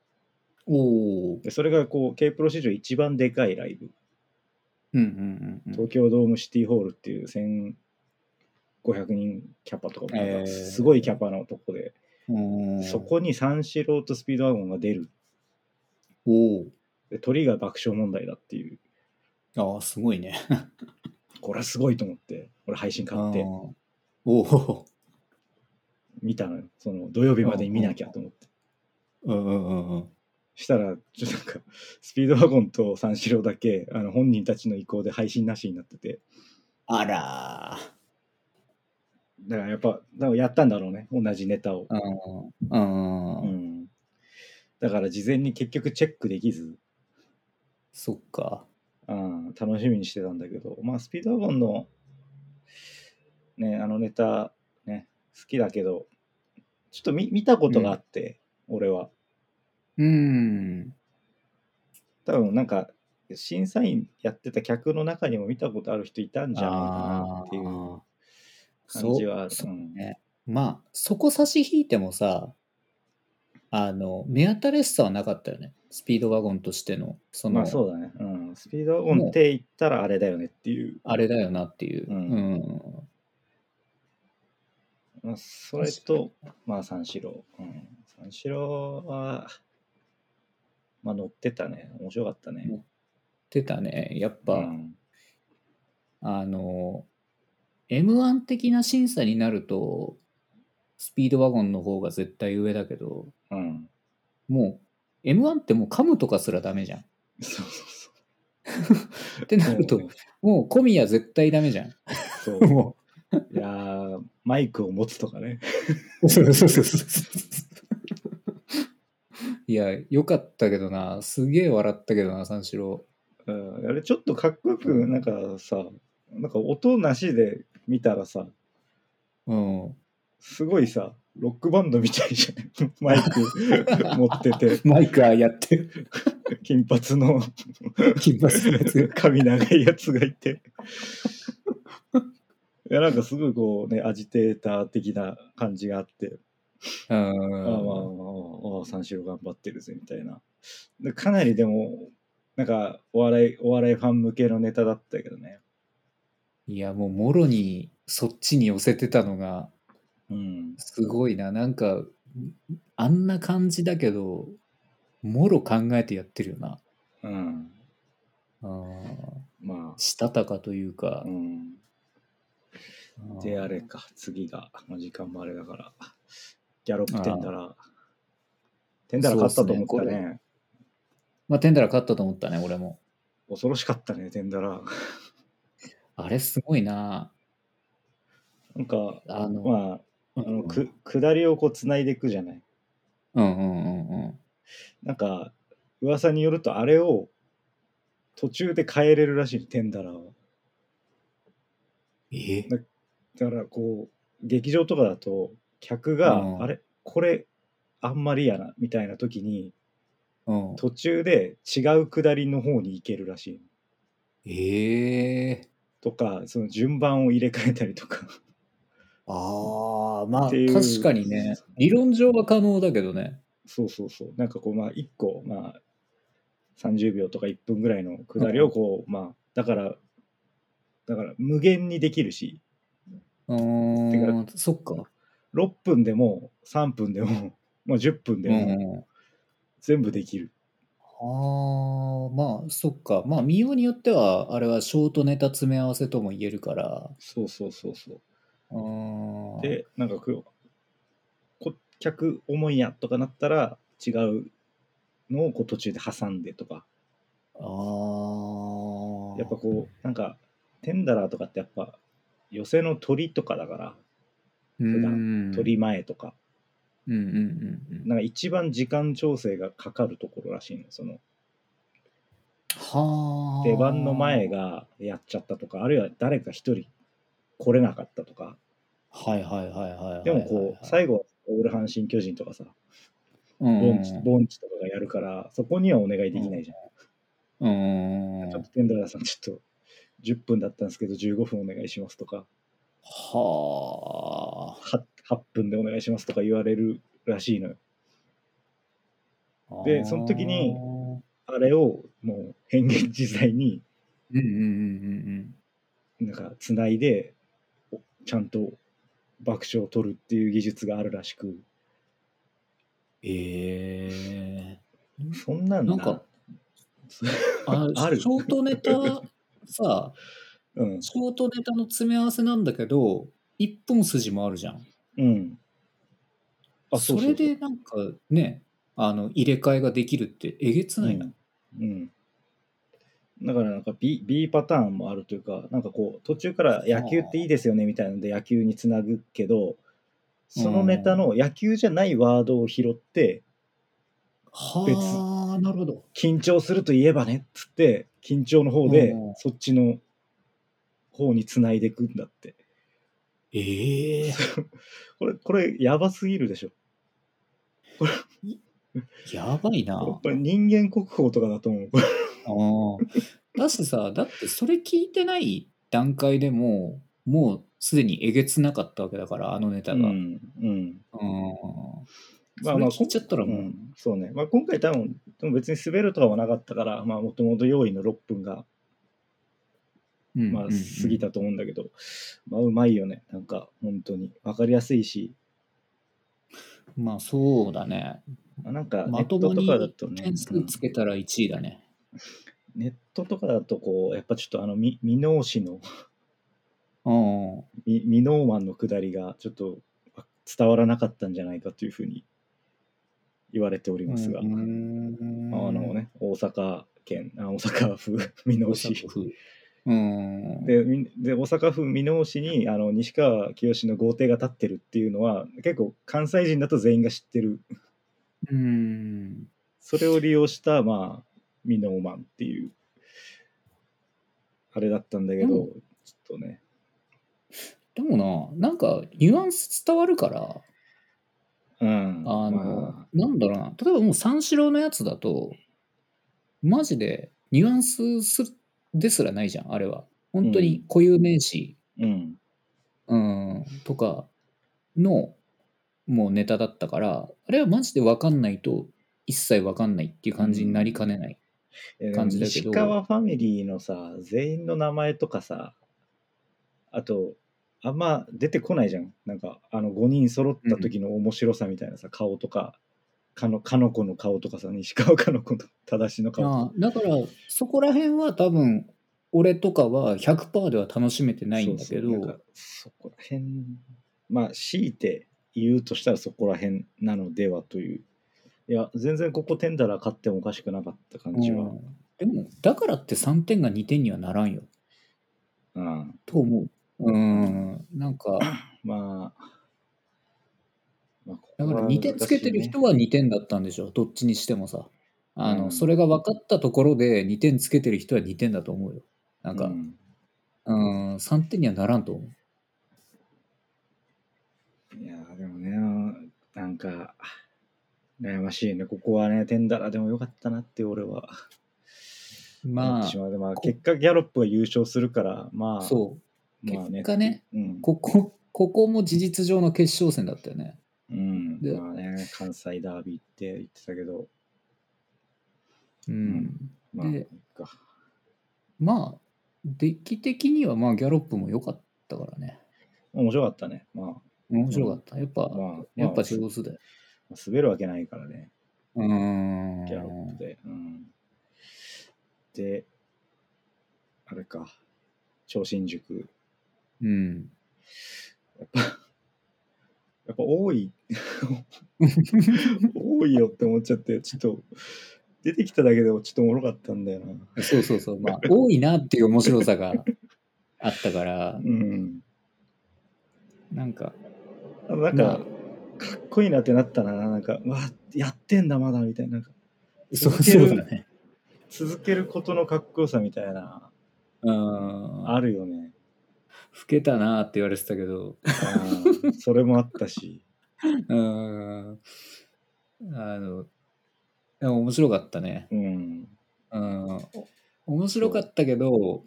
Speaker 1: おお。
Speaker 2: で、それがこう、K プロ史上一番でかいライブ。
Speaker 1: うんうんうんうん。
Speaker 2: 東京ドームシティホールっていう1500人キャパとか、なん
Speaker 1: えー
Speaker 2: かすごいキャパのとこで、
Speaker 1: うん
Speaker 2: そこに三四郎とスピードワゴンが出る。
Speaker 1: おお。
Speaker 2: で、鳥が爆笑問題だっていう。
Speaker 1: ああ、すごいね。
Speaker 2: これはすごいと思って、俺配信買って
Speaker 1: あーおお。
Speaker 2: 見たのよ。その土曜日までに見なきゃと思って。
Speaker 1: うんうんうんうん。
Speaker 2: したら、ちょっとなんか、スピードワゴンと三四郎だけ、あの本人たちの意向で配信なしになってて、
Speaker 1: あらー。
Speaker 2: だからやっぱ、多分やったんだろうね、同じネタを。
Speaker 1: ああ、
Speaker 2: うん。だから事前に結局チェックできず、
Speaker 1: そっか。
Speaker 2: うん、楽しみにしてたんだけど、まあ、スピードワゴンの、ね、あのネタ、ね、好きだけど、ちょっと見見たことがあって、俺は。
Speaker 1: うん。
Speaker 2: 多分なんか、審査員やってた客の中にも見たことある人いたんじゃないかなっていう
Speaker 1: あー
Speaker 2: 感じは、
Speaker 1: そううんねまあ、そこ差し引いてもさ、あの、目新しさはなかったよね。スピードワゴンとしての、その、
Speaker 2: まあそうだね、うん。スピードワゴンって言ったらあれだよねっていう。
Speaker 1: あれだよなっていう。
Speaker 2: うん
Speaker 1: うん
Speaker 2: まあ、それと、まあ三四郎。うん、三四郎は、まあ乗ってたね。面白かったね。
Speaker 1: 出たね。やっぱ、
Speaker 2: うん
Speaker 1: あの、M1 的な審査になると、スピードワゴンの方が絶対上だけど、
Speaker 2: うん。
Speaker 1: もう、M1 ってもう噛むとかすらダメじゃん。っ
Speaker 2: そうそうそう。
Speaker 1: てなると、もう小宮絶対ダメじゃん。
Speaker 2: そうね。
Speaker 1: も
Speaker 2: そういやーマイクを持つとかね。
Speaker 1: う。そうそうそうそういや、よかったけどな。すげえ笑ったけどな、三四郎。
Speaker 2: うんあれちょっとかっこよく、なんかさ、なんか音なしで見たらさ、
Speaker 1: うん。
Speaker 2: すごいさ、ロックバンドみたいじゃん。 マイク持ってて、
Speaker 1: マイカーやって、
Speaker 2: 金髪の
Speaker 1: 金髪のやつ。
Speaker 2: 髪長いやつがいて。いやなんかすごいこうね、アジテーター的な感じがあって、
Speaker 1: う
Speaker 2: ああまあまあ
Speaker 1: ん。
Speaker 2: ああ、三四郎頑張ってるぜみたいな。でかなりでも、なんかお笑い、お笑いファン向けのネタだったけどね。
Speaker 1: いや、もう、もろに、そっちに寄せてたのが、
Speaker 2: うん。
Speaker 1: すごいな。なんか、あんな感じだけど、もろ考えてやってるよな。
Speaker 2: うん。
Speaker 1: うん
Speaker 2: ま
Speaker 1: したたかという
Speaker 2: あ、
Speaker 1: か
Speaker 2: う。ん。で、
Speaker 1: うん
Speaker 2: あれか、次が、まあ、時間もあれだから、ギャロップテンダラ。テンダラ勝ったと思った
Speaker 1: そうっす
Speaker 2: ね。
Speaker 1: ねまあ、テンダラ勝ったと思ったね、俺も。
Speaker 2: 恐ろしかったね、テンダラ。
Speaker 1: あれ、すごいな。
Speaker 2: なんか、
Speaker 1: あの、
Speaker 2: まあ、
Speaker 1: う
Speaker 2: あの
Speaker 1: ん
Speaker 2: く下りをこう繋いでいくじゃない。
Speaker 1: うんうんうんうん。
Speaker 2: なんか、噂によると、あれを途中で変えれるらしい、テンダラを。
Speaker 1: え
Speaker 2: だから、こう、劇場とかだと、客が、
Speaker 1: うん
Speaker 2: あれ、これ、あんまりやな、みたいな時に、
Speaker 1: うん、
Speaker 2: 途中で違う下りの方に行けるらしい。
Speaker 1: ええ
Speaker 2: とか、その順番を入れ替えたりとか。
Speaker 1: ああ、まあ
Speaker 2: っていう
Speaker 1: 確かにね、理論上は可能だけどね。
Speaker 2: そうそうそう。なんかこう、まあ、1個、まあ、30秒とか1分ぐらいの下りをこう、まあ、だから、だから無限にできるし、
Speaker 1: うーん、そっか。
Speaker 2: 6分でも3分でも、 まあ、10分で
Speaker 1: うん
Speaker 2: も
Speaker 1: うん。
Speaker 2: 全部できる。
Speaker 1: ああ、まあそっか。まあ見ようによっては、あれはショートネタ詰め合わせとも言えるから。
Speaker 2: そうそうそうそう
Speaker 1: ーん
Speaker 2: う。で、なんかこう、こ客重いやとかなったら、違うのをこう途中で挟んでとか、
Speaker 1: ああ。
Speaker 2: やっぱこう、なんか、テンダラーとかってやっぱ、寄せの鳥とかだから、
Speaker 1: うーん、
Speaker 2: 鳥前とか、
Speaker 1: うんうんうんうん。
Speaker 2: なんか一番時間調整がかかるところらしいのその
Speaker 1: はあ。
Speaker 2: 出番の前。がやっちゃったとかあるいは誰か一人来れなかったとか
Speaker 1: はいはいはいはいはいはい。
Speaker 2: でもこう最後はオール阪神・巨人とかさ
Speaker 1: 後、うん
Speaker 2: ボンチボンチとかがやるからそこにはお願いできないじゃん、
Speaker 1: うん。
Speaker 2: ちょっとテンダラーさんちょっと10分だったんですけど15分お願いしますとか
Speaker 1: は
Speaker 2: 8, 8分でお願いしますとか言われるらしいのよ
Speaker 1: あ。
Speaker 2: でその時に
Speaker 1: うん
Speaker 2: あれをもう変幻自在に
Speaker 1: うんうんうん
Speaker 2: なんかつないでおちゃんと爆笑を取るっていう技術があるらしく
Speaker 1: うん。ええ
Speaker 2: そんなん
Speaker 1: なんか
Speaker 2: そ
Speaker 1: あ
Speaker 2: ある
Speaker 1: ショートネタさ、
Speaker 2: うん
Speaker 1: ショートネタの詰め合わせなんだけど、一本筋もあるじゃん。
Speaker 2: うんあ
Speaker 1: そう
Speaker 2: うう
Speaker 1: れでなんかね、あの入れ替えができるってえげつないな。
Speaker 2: うん。だからなんか B, B パターンもあるというか、なんかこう途中から野球っていいですよねみたいなので野球につなぐけど、そのネタの野球じゃないワードを拾って、
Speaker 1: はあ、なるほど。
Speaker 2: 緊張するといえばねっつって、緊張の方で
Speaker 1: うん
Speaker 2: そっちの方につないでいくんだって。
Speaker 1: ええ
Speaker 2: これ、これやばすぎるでしょ。
Speaker 1: やばいな。
Speaker 2: これ人間国宝とかだと思う。これ
Speaker 1: ああ。だしさ、だってそれ聞いてない段階でも、もうすでにえげつなかったわけだから、あのネタ
Speaker 2: う
Speaker 1: が。うん。
Speaker 2: ん。うん。
Speaker 1: それ聞いちゃったらもう
Speaker 2: うんそうね。まあ今回多分、でも別に滑るとかはなかったから、まあもともと用意の6分が、
Speaker 1: うん
Speaker 2: まあ
Speaker 1: うんうん
Speaker 2: 過ぎたと思うんだけど、まあうまいよね。なんか本当に。わかりやすいし、
Speaker 1: まあそうだね。
Speaker 2: まあなんかネ
Speaker 1: ま
Speaker 2: ッ
Speaker 1: と
Speaker 2: ト
Speaker 1: も
Speaker 2: と
Speaker 1: に
Speaker 2: かだとね、
Speaker 1: 点数つけたら1位だね。
Speaker 2: うんネットとかだとこう、やっぱちょっとあの、み未納市の、
Speaker 1: うん。
Speaker 2: み未納マンの下りがちょっと伝わらなかったんじゃないかというふうに言われておりますが、
Speaker 1: うー
Speaker 2: あ
Speaker 1: ん
Speaker 2: のね、大阪県、あ大阪府 未
Speaker 1: 大
Speaker 2: 納市。
Speaker 1: 阪府。うん。
Speaker 2: でみんで大阪府箕面市にあの西川きよしの豪邸が建ってるっていうのは結構関西人だと全員が知ってる
Speaker 1: うん。
Speaker 2: それを利用したまあ箕面マンっていうあれだったんだけど、
Speaker 1: うん
Speaker 2: ちょっとね
Speaker 1: でもな、なんかニュアンス伝わるから、
Speaker 2: うん
Speaker 1: あの、
Speaker 2: ま
Speaker 1: なんだろうな、例えばもう三四郎のやつだと、マジでニュアンスすですらないじゃん、あれは。本当に固有名詞、
Speaker 2: あうん
Speaker 1: うん、とかの、もうネタだったから、あれはマジで分かんないと、一切分かんないっていう感じになりかねない。
Speaker 2: え
Speaker 1: 感じだけど
Speaker 2: 西川ファミリーのさ全員の名前とかさあとあんま出てこないじゃんなんかあの5人揃った時の面白さみたいなさ、顔とかかのかの子の顔とかさ西川かの子の正しの顔とか
Speaker 1: ああだから、そこら辺は多分、俺とかは100%では楽しめてないんだけど、
Speaker 2: そうそうなんかそこら辺まあ強いて言うとしたらそこら辺なのではといういや全然ここテンダラー勝ってもおかしくなかった感じは、
Speaker 1: うんでも、だからって3点が2点にはならんよ。
Speaker 2: うん、
Speaker 1: と思う。うん、なんか、
Speaker 2: まあまあこ
Speaker 1: だ
Speaker 2: こ
Speaker 1: から
Speaker 2: は
Speaker 1: 2点つけてる人は2点だったんでしょ、どっちにしてもさ。あの、
Speaker 2: うん
Speaker 1: それが分かったところで2点つけてる人は2点だと思うよ。なんか、う
Speaker 2: う
Speaker 1: ん、3点にはならんと思う。
Speaker 2: いやーでもねなんか悩ましいねここはねテンダラーでもよかったなって俺は思っ
Speaker 1: ま
Speaker 2: てしまうでまあ
Speaker 1: こ
Speaker 2: 結果ギャロップが優勝するからまあ
Speaker 1: あ、そ
Speaker 2: まあね
Speaker 1: 結果ね
Speaker 2: うん
Speaker 1: う。こ こ、ここも事実上の決勝戦だったよね。
Speaker 2: うん
Speaker 1: で
Speaker 2: まあね関西ダービーって言ってたけど
Speaker 1: うん。
Speaker 2: まあ
Speaker 1: で
Speaker 2: いいか
Speaker 1: まあ、出来的には、まあ、ギャロップも良かったからね。
Speaker 2: 面白かったねま
Speaker 1: 面白かった。やっぱ、
Speaker 2: あまあ
Speaker 1: やっぱ
Speaker 2: ま
Speaker 1: 上手だよ。
Speaker 2: あ滑るわけないからね
Speaker 1: うーん。
Speaker 2: ギャロップでうんであれか超新塾
Speaker 1: うん。
Speaker 2: やっぱ、やっぱ多い、多いよって思っちゃって、ちょっと、出てきただけでもちょっとおもろかったんだよな。
Speaker 1: そうそうそう。まあ、 多いなっていう面白さがあったから
Speaker 2: う、ん。
Speaker 1: なんか、
Speaker 2: あとなん
Speaker 1: まあ
Speaker 2: か、かっこいいなってなったな、なんか、わあ、やってんだ、まだ、みたいな。なんか
Speaker 1: そうそうだね。
Speaker 2: 続けることのかっこよさみたいな、
Speaker 1: うん。
Speaker 2: あるよね。
Speaker 1: 老けたなって言われてたけど、
Speaker 2: うん それもあったし。
Speaker 1: うん。あの、でも面白かったね。
Speaker 2: うん。
Speaker 1: うん。お面白かったけど、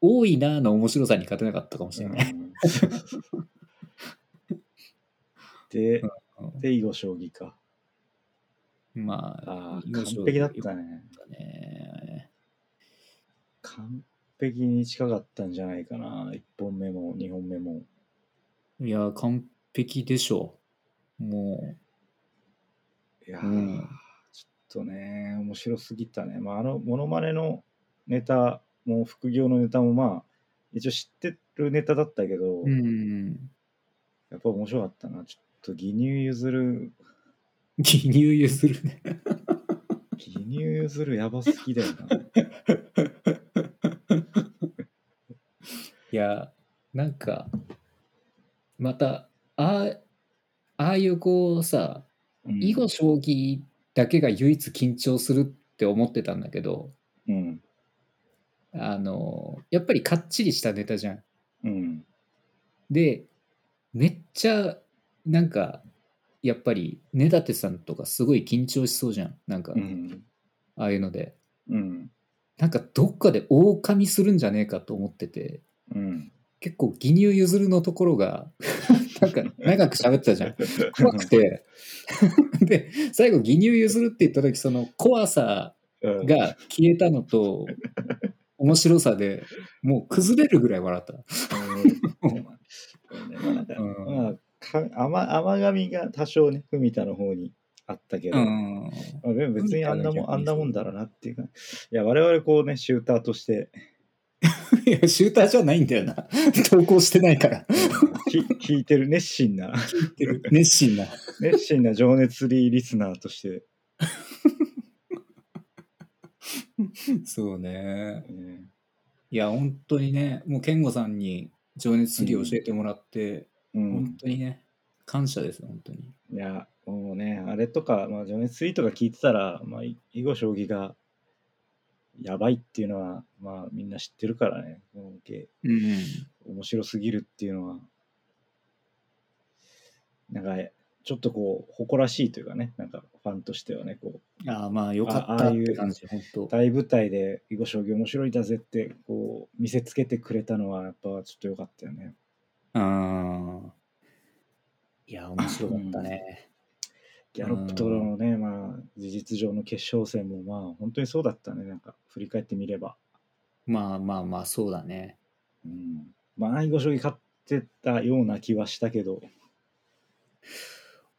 Speaker 1: 多いなの面白さに勝てなかったかもしれない。
Speaker 2: で、
Speaker 1: うん
Speaker 2: で、囲碁将棋か。
Speaker 1: まあ、
Speaker 2: ああ、
Speaker 1: 囲碁
Speaker 2: 完
Speaker 1: 将棋
Speaker 2: 璧だったね。
Speaker 1: ね
Speaker 2: 完璧に近かったんじゃないかな。1本目も2本目も。
Speaker 1: いや、完璧でしょう。も
Speaker 2: いやー、
Speaker 1: うん
Speaker 2: ちょっとね、面白すぎたね。まあ、あの、モノマネのネタも、副業のネタも、まあ、一応知ってるネタだったけど、
Speaker 1: う。 うん。
Speaker 2: やっぱ面白かったな。ちょっと、義乳譲る、
Speaker 1: 記入譲るね。
Speaker 2: 義乳譲るやばすぎだよな。
Speaker 1: いや、なんか、また、ああ、ああいうこうさ、
Speaker 2: うん
Speaker 1: 囲碁将棋だけが唯一緊張するって思ってたんだけど、
Speaker 2: うん。
Speaker 1: あの、やっぱりかっちりしたネタじゃん。
Speaker 2: うん。
Speaker 1: で、めっちゃ、なんか、やっぱり、根建さんとかすごい緊張しそうじゃん。なんか、
Speaker 2: うん。
Speaker 1: ああいうので。
Speaker 2: うん。
Speaker 1: なんか、どっかで狼するんじゃねえかと思ってて、
Speaker 2: うん。
Speaker 1: 結構、義乳譲るのところが、 なんか、長く喋ってたじゃん。怖くて。 で、最後、義乳譲るって言った時、その怖さ
Speaker 2: うん、
Speaker 1: が消えたのと、面白さでもう崩れるぐらい笑った。
Speaker 2: うんまあなんか
Speaker 1: うん
Speaker 2: まあか甘甘がみが多少ね、文田の方にあったけど、
Speaker 1: うん。
Speaker 2: まあでも別にあんな
Speaker 1: 文田の逆
Speaker 2: もん、
Speaker 1: に
Speaker 2: あんなもんだろうなっていうか、いや、我々こうね、シューターと して、
Speaker 1: いや、シューターじゃないんだよな。 投稿してない から。
Speaker 2: き聞いてる熱心な、
Speaker 1: 熱心な。
Speaker 2: 熱心な情熱リーリスナーとして、
Speaker 1: そうね。
Speaker 2: ね
Speaker 1: いや、本当にね、もう健吾さんに情熱すりを教えてもらって、
Speaker 2: う
Speaker 1: 本
Speaker 2: ん、
Speaker 1: 当にね、感謝です、本当に。
Speaker 2: いや、もうね、あれとか、まあ、情熱リーとか聞いてたら、まあ、い囲碁将棋がやばいっていうのは、まあ、みんな知ってるからね、もうけ
Speaker 1: うん。
Speaker 2: 面白すぎるっていうのは、なんか、ちょっとこう、誇らしいというかね、なんか、ファンとしてはね、こ
Speaker 1: ああ、まあ、よか
Speaker 2: あ
Speaker 1: っ
Speaker 2: あ
Speaker 1: た
Speaker 2: あ
Speaker 1: っ
Speaker 2: いう
Speaker 1: て感じ、本
Speaker 2: う、
Speaker 1: 当。
Speaker 2: 大舞台で囲碁将棋面白いだぜって、こう、見せつけてくれたのは、やっぱ、ちょっと良かったよね。
Speaker 1: うん。いや、面白かったね。
Speaker 2: ギャロップとのね、まあ、事実上の決勝戦も、まあ、本当にそうだったね、なんか、振り返ってみれば。
Speaker 1: まあまあまあ、そうだね。
Speaker 2: うん。まあ、囲碁将棋勝ってたような気はしたけど、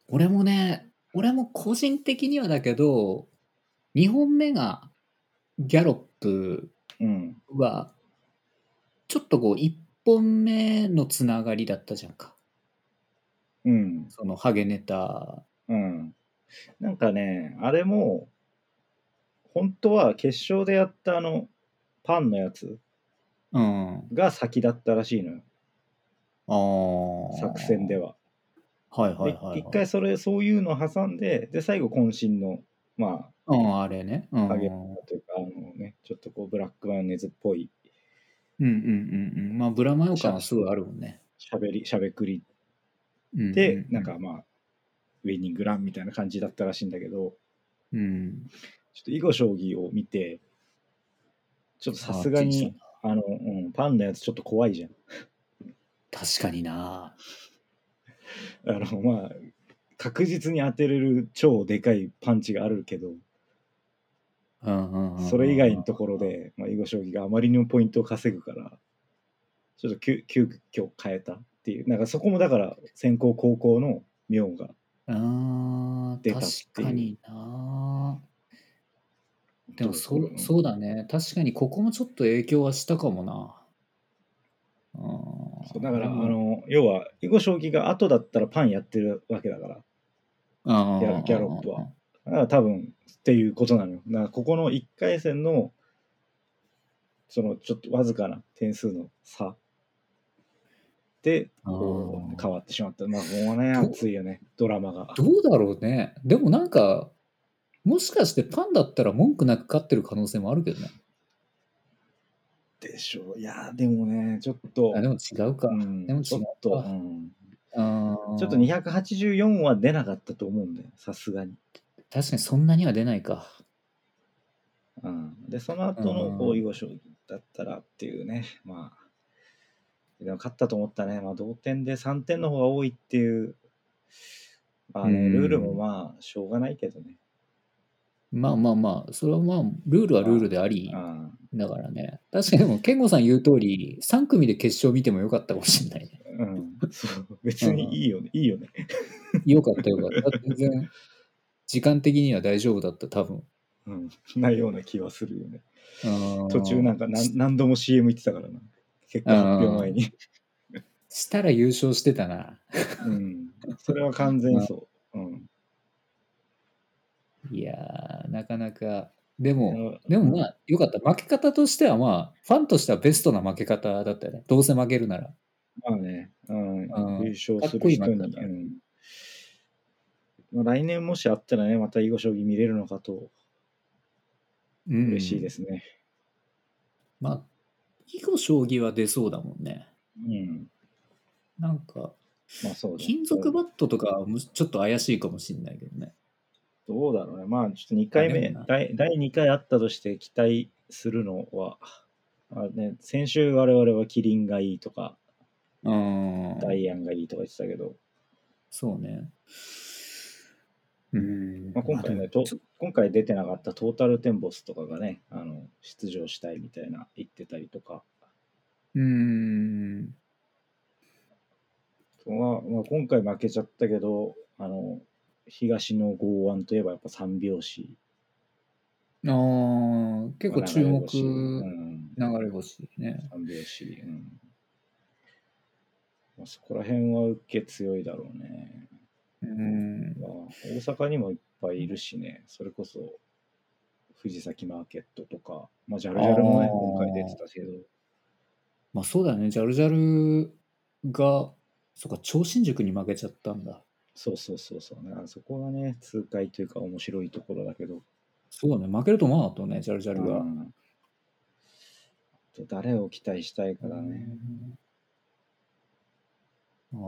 Speaker 1: 俺もね、俺も個人的にはだけど、2本目がギャロップ
Speaker 2: うん。
Speaker 1: は、ちょっとこう、1本目のつながりだったじゃんか。
Speaker 2: うん。
Speaker 1: その、ハゲネタ。
Speaker 2: うん。なんかね、あれも、本当は決勝でやったあの、パンのやつ
Speaker 1: うん。
Speaker 2: が先だったらしいのよ、
Speaker 1: ああ。
Speaker 2: 作戦では。
Speaker 1: はい
Speaker 2: で
Speaker 1: はいはいはい。
Speaker 2: 一回それ、そういうの挟んで、で、最後、渾身の、ま
Speaker 1: うん、あれね。うん。
Speaker 2: あ、影
Speaker 1: うん
Speaker 2: というか、あのね、ちょっとこう、ブラックマヨネーズっぽい、
Speaker 1: うんうんうん。まあ、ブラマヨ感はすごいあるもんね。
Speaker 2: しゃべり、しゃべくり
Speaker 1: うん
Speaker 2: で、なんか、まあ、ウィニングランみたいな感じだったらしいんだけど、
Speaker 1: うん。
Speaker 2: ちょっと囲碁将棋を見て、ちょっとさすがに、あの、うん、パンのやつちょっと怖いじゃん。
Speaker 1: 確かにな。
Speaker 2: あのまあ確実に当てれる超でかいパンチがあるけど
Speaker 1: うんうんうんうん
Speaker 2: それ以外のところで、まあ、囲碁将棋があまりにもポイントを稼ぐからちょっと急急遽変えたっていうなんかそこもだから先攻後攻の妙が
Speaker 1: あー
Speaker 2: 出たっていう
Speaker 1: 確かになでもそ
Speaker 2: ど
Speaker 1: そうだね確かにここもちょっと影響はしたかもなあ
Speaker 2: そう
Speaker 1: ー
Speaker 2: だからあ
Speaker 1: うん
Speaker 2: の要は囲碁将棋が後だったらパンやってるわけだから
Speaker 1: あ
Speaker 2: ギャ
Speaker 1: ー
Speaker 2: ギャロップはだから多分っていうことなのよだからここの1回戦のそのちょっとわずかな点数の差って、
Speaker 1: あー
Speaker 2: こう変わってしまった。まあ、もうね、
Speaker 1: ど
Speaker 2: 熱いよね、ドラマが。
Speaker 1: どうだろうね。でもなんか、もしかしてパンだったら文句なく勝ってる可能性もあるけどね。
Speaker 2: でしょう。いやー、でもね、ちょっと
Speaker 1: あ、でも違うか。
Speaker 2: うん
Speaker 1: でも違う
Speaker 2: ちょっと、
Speaker 1: か
Speaker 2: うん
Speaker 1: あー
Speaker 2: ちょっと284は出なかったと思うんだよ、さすがに。
Speaker 1: 確かにそんなには出ないか。
Speaker 2: うん、で、その後
Speaker 1: う
Speaker 2: の
Speaker 1: ん
Speaker 2: こう囲碁将棋だったらっていうね、まあ、でも勝ったと思ったね、まあ、同点で3点の方が多いっていう、まあね、
Speaker 1: うん
Speaker 2: ルールもまあ、しょうがないけどね。
Speaker 1: まあまあまあ、それはまあ、ルールはルールであり
Speaker 2: う、ん、
Speaker 1: だからね。確かにでも、健吾さん言う通り、3組で決勝見てもよかったかもしれない ね。
Speaker 2: うん、そう別にいいよね、いいよね。
Speaker 1: よかったよかった。全然、時間的には大丈夫だった、多分。
Speaker 2: うん、ないような気はするよね。途
Speaker 1: 途
Speaker 2: 中なんか何何度も CM 行ってたからな。結果発表前に。
Speaker 1: したら優勝してたな。
Speaker 2: うん、それは完全にそう。うん、
Speaker 1: いやー、なかなか。でも、でもまあ、よかった。負け方としてはまあ、ファンとしてはベストな負け方だったよね。どうせ負けるなら。
Speaker 2: まあね、うん
Speaker 1: うん
Speaker 2: 優勝す
Speaker 1: かっこ
Speaker 2: る
Speaker 1: いい
Speaker 2: 人
Speaker 1: な
Speaker 2: に。
Speaker 1: なんか
Speaker 2: うんまあ、来年もしあったらね、また囲碁将棋見れるのかと
Speaker 1: うん
Speaker 2: 嬉しいですね。
Speaker 1: まあ、囲碁将棋は出そうだもんね。
Speaker 2: うん。
Speaker 1: なんか、
Speaker 2: まあそうだね
Speaker 1: 金属バットとかはむちょっと怪しいかもしれないけどね。
Speaker 2: どうだろうね。まあちょっと2回
Speaker 1: あで
Speaker 2: 目
Speaker 1: もな、
Speaker 2: 第第2回あったとして期待するのは、あね、先週我々はキリンがいいとか、
Speaker 1: うん。
Speaker 2: ダイアンがいいとか言ってたけど、
Speaker 1: そうね。うん。
Speaker 2: まあ、今回ね、
Speaker 1: でも
Speaker 2: と今回出てなかったトータルテンボスとかがね、あの出場したいみたいな言ってたりとか、
Speaker 1: うん。
Speaker 2: まあまあ、今回負けちゃったけど、あの東の剛腕といえばやっぱ三拍子。
Speaker 1: あー結構注目
Speaker 2: 流れ星う
Speaker 1: 流
Speaker 2: ん、
Speaker 1: れ星ね。
Speaker 2: 三拍子。うんまあ、そこら辺は受け強いだろうね。
Speaker 1: うん。
Speaker 2: まあ、大阪にもいっぱいいるしね、それこそ藤崎マーケットとか、まあ、ジャルジャルもね、
Speaker 1: あー
Speaker 2: 今回出てたけど。
Speaker 1: まあそうだね、ジャルジャルが、そっか、超新塾に負けちゃったんだ。
Speaker 2: そうそうそうそうね。あそこがね、痛快というか面白いところだけど。
Speaker 1: そうだね、負けると思わなかったね、ジャルジャ
Speaker 2: う
Speaker 1: ルが。
Speaker 2: んあと誰を期待したいかだね。
Speaker 1: ああ、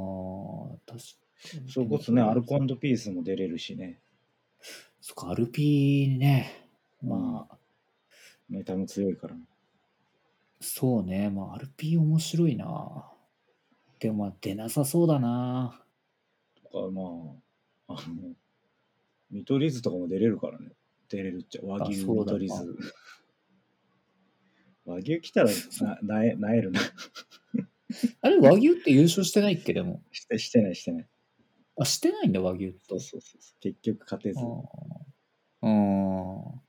Speaker 1: 確かに。
Speaker 2: それこそね、アルコピースも出れるしね。
Speaker 1: そっか、アルピーね。まあ、
Speaker 2: ネタも強いから。
Speaker 1: そうね、まあ、アルピー面白いな。でも、まあ、出なさそうだな。
Speaker 2: とか、まあ、あの、見取り図とかも出れるからね。出れるっちゃ、和牛
Speaker 1: あそう
Speaker 2: 見
Speaker 1: だな
Speaker 2: 取り図。 和牛来たらな、なえ、なえるな。
Speaker 1: あれ、和牛って優勝してないっけ、でも。
Speaker 2: して、してない、してない。
Speaker 1: あ、してないんだ、和牛って。
Speaker 2: そうそうそう。結局勝てず。
Speaker 1: あーうん。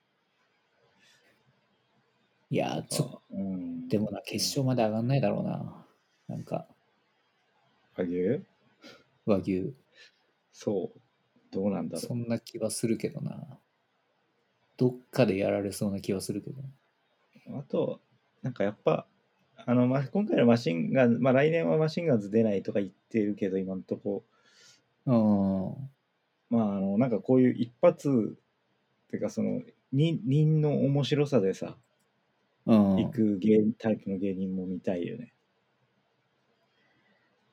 Speaker 1: いやー、ちょっと
Speaker 2: うん。
Speaker 1: でもな、決勝まで上がんないだろうな。なんか、
Speaker 2: 和牛
Speaker 1: 和牛。
Speaker 2: そう。どうなんだろう
Speaker 1: そ。んな気はするけどな。どっかでやられそうな気はするけど。
Speaker 2: あと、なんかやっぱ、あの、ま、今回のマシンガン、まあ、来年はマシンガンズ出ないとか言ってるけど、今のとこ、
Speaker 1: うん。
Speaker 2: まあ、あの、なんかこういう一発、っていうかその、人人の面白さでさ、
Speaker 1: うん。
Speaker 2: 行く芸タイプの芸人も見たいよね。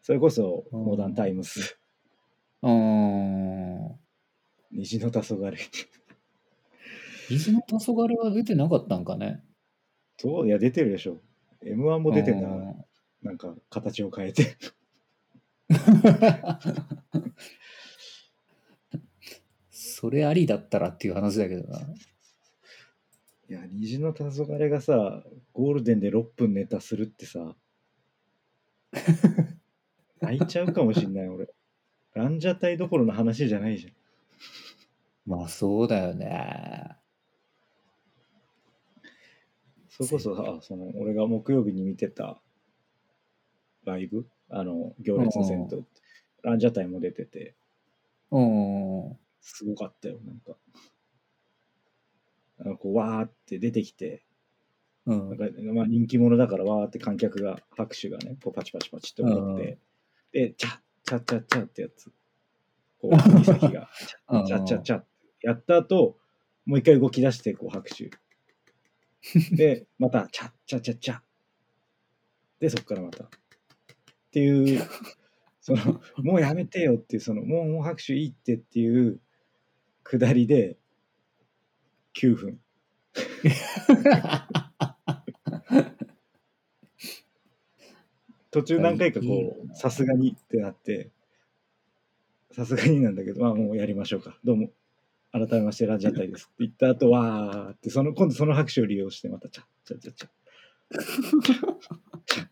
Speaker 2: それこそ、
Speaker 1: うん
Speaker 2: モダンタイムス、
Speaker 1: うん。
Speaker 2: 虹の黄昏。
Speaker 1: 虹の黄昏は出てなかったんかね。
Speaker 2: どういや、出てるでしょ。M1 も出てんだから、
Speaker 1: う
Speaker 2: なんか形を変えて。
Speaker 1: ん それありだったらっていう話だけどな。
Speaker 2: いや、虹の黄昏がさ、ゴールデンで6分ネタするってさ、泣いちゃうかもしんない、俺。ランジャタイどころの話じゃないじ
Speaker 1: まあそうだよね。
Speaker 2: ゃん。それこそさ、その俺が木曜日に見てたライブ、あの、行列の銭湯って、ランジャタイも出てて、
Speaker 1: うん。
Speaker 2: すごかったよ、なんか。あのこうわーって出てきて、
Speaker 1: うん
Speaker 2: なん。かまあ、人気者だからわーって観客が拍手がねこうパチパチパチって思って、でチャッチャッチャッチャッってやつこう指先が
Speaker 1: うん
Speaker 2: チャッチャッチャッやった後もう一回動き出してこう拍手でまたチャッチャッチャッチャッでそっからまたっていう そのもうやめてよっていうそのもうもう拍手いいってっていう下りで9分途中何回かこうさすがにってなってさすがになんだけどまあもうやりましょうかどうも改めましてランジャタイですって言った後わーってその今度その拍手を利用してまたチャッチャッチャッチャ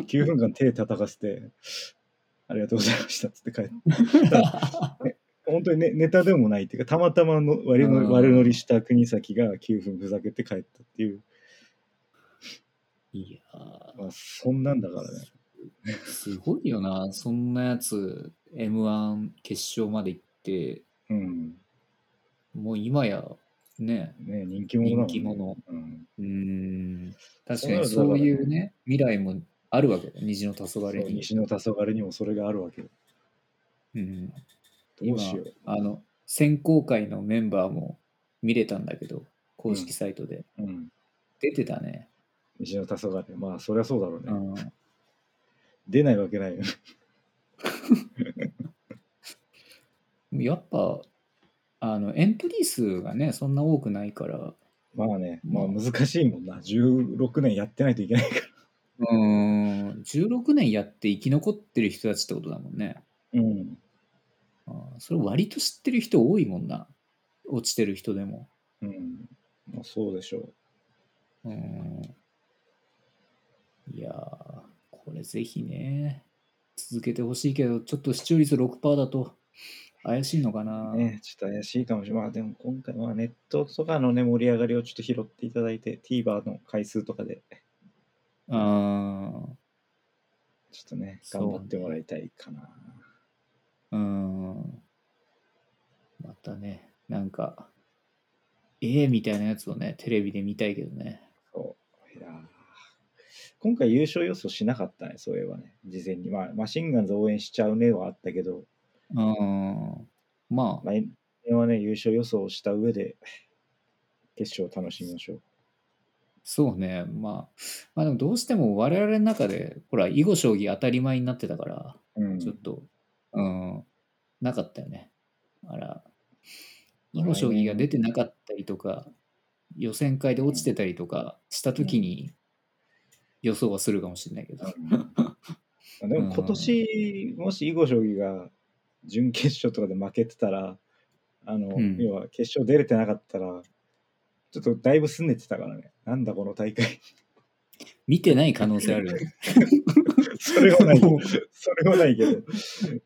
Speaker 2: ッ9分間手叩かせてありがとうございましたっつって帰って 本当にねネタでもないっていうかたまたまの割
Speaker 1: うん
Speaker 2: の悪乗りした国崎が9分ふざけて帰ったっていう、
Speaker 1: いや
Speaker 2: まあ、そんなんだからね
Speaker 1: ーすごいよな。そんなやつ、M1 決勝まで行って、
Speaker 2: うん
Speaker 1: もう今や、ね、
Speaker 2: ね人気者だもんね
Speaker 1: 人気者
Speaker 2: うん
Speaker 1: うーん。確か
Speaker 2: そうなる
Speaker 1: に
Speaker 2: と
Speaker 1: そういうね、未来もあるわけだ。虹の黄昏
Speaker 2: そう
Speaker 1: に。
Speaker 2: 西の黄昏にもそれがあるわけよ
Speaker 1: うん、
Speaker 2: どう
Speaker 1: 今
Speaker 2: しよう。
Speaker 1: あの、選考会のメンバーも見れたんだけど、公式サイトで。
Speaker 2: うん、
Speaker 1: 出てたね。
Speaker 2: 西の黄昏。まあ、そりゃそうだろう
Speaker 1: う
Speaker 2: ね。
Speaker 1: ん。
Speaker 2: 出ないわけないよ。
Speaker 1: やっぱ、あの、エントリー数がね、そんな多くないから、
Speaker 2: まあね、まあ難しいもんな。16年やってないといけないから。
Speaker 1: うーん、16年やって生き残ってる人たちってことだもんね。
Speaker 2: うん。
Speaker 1: あーそれ割と知ってる人多いもんな。落ちてる人でも。
Speaker 2: うん。まあ、そうでしょう。
Speaker 1: うーん。いやー、これぜひね、続けてほしいけど、ちょっと視聴率6%だと怪しいのかな。
Speaker 2: ね、ちょっと怪しいかもしれない。まあでも今回はネットとかのね、盛り上がりをちょっと拾っていただいて、TVer の回数とかで、
Speaker 1: あー
Speaker 2: ちょっとね、
Speaker 1: そうね
Speaker 2: 頑張ってもらいたいかな。
Speaker 1: うーん。またね、なんか、ええみたいなやつをね、テレビで見たいけどね。
Speaker 2: そう。いやー今回優勝予想しなかったね、そういえばね。事前に。まあ、マシンガンズ応援しちゃうねはあったけど、
Speaker 1: うーん。まあ、
Speaker 2: 来年はね、優勝予想をした上で、決勝を楽しみましょう。
Speaker 1: そうね。まあ、まあでもどうしても我々の中で、ほら、囲碁将棋当たり前になってたから、
Speaker 2: うん
Speaker 1: ちょっと、うん、なかったよね。あら、囲
Speaker 2: まあ
Speaker 1: 碁将棋が出てなかったりとか、予選会で落ちてたりとかしたときに予想はするかもしれないけど。
Speaker 2: うんでも今年、もし囲碁将棋が準決勝とかで負けてたら、あの、
Speaker 1: うん
Speaker 2: 要は決勝出れてなかったら、ちょっとだいぶすねてたからね。なんだこの 大会。
Speaker 1: 見てない可能性あるよね。
Speaker 2: それはない
Speaker 1: もう。
Speaker 2: それはないけど。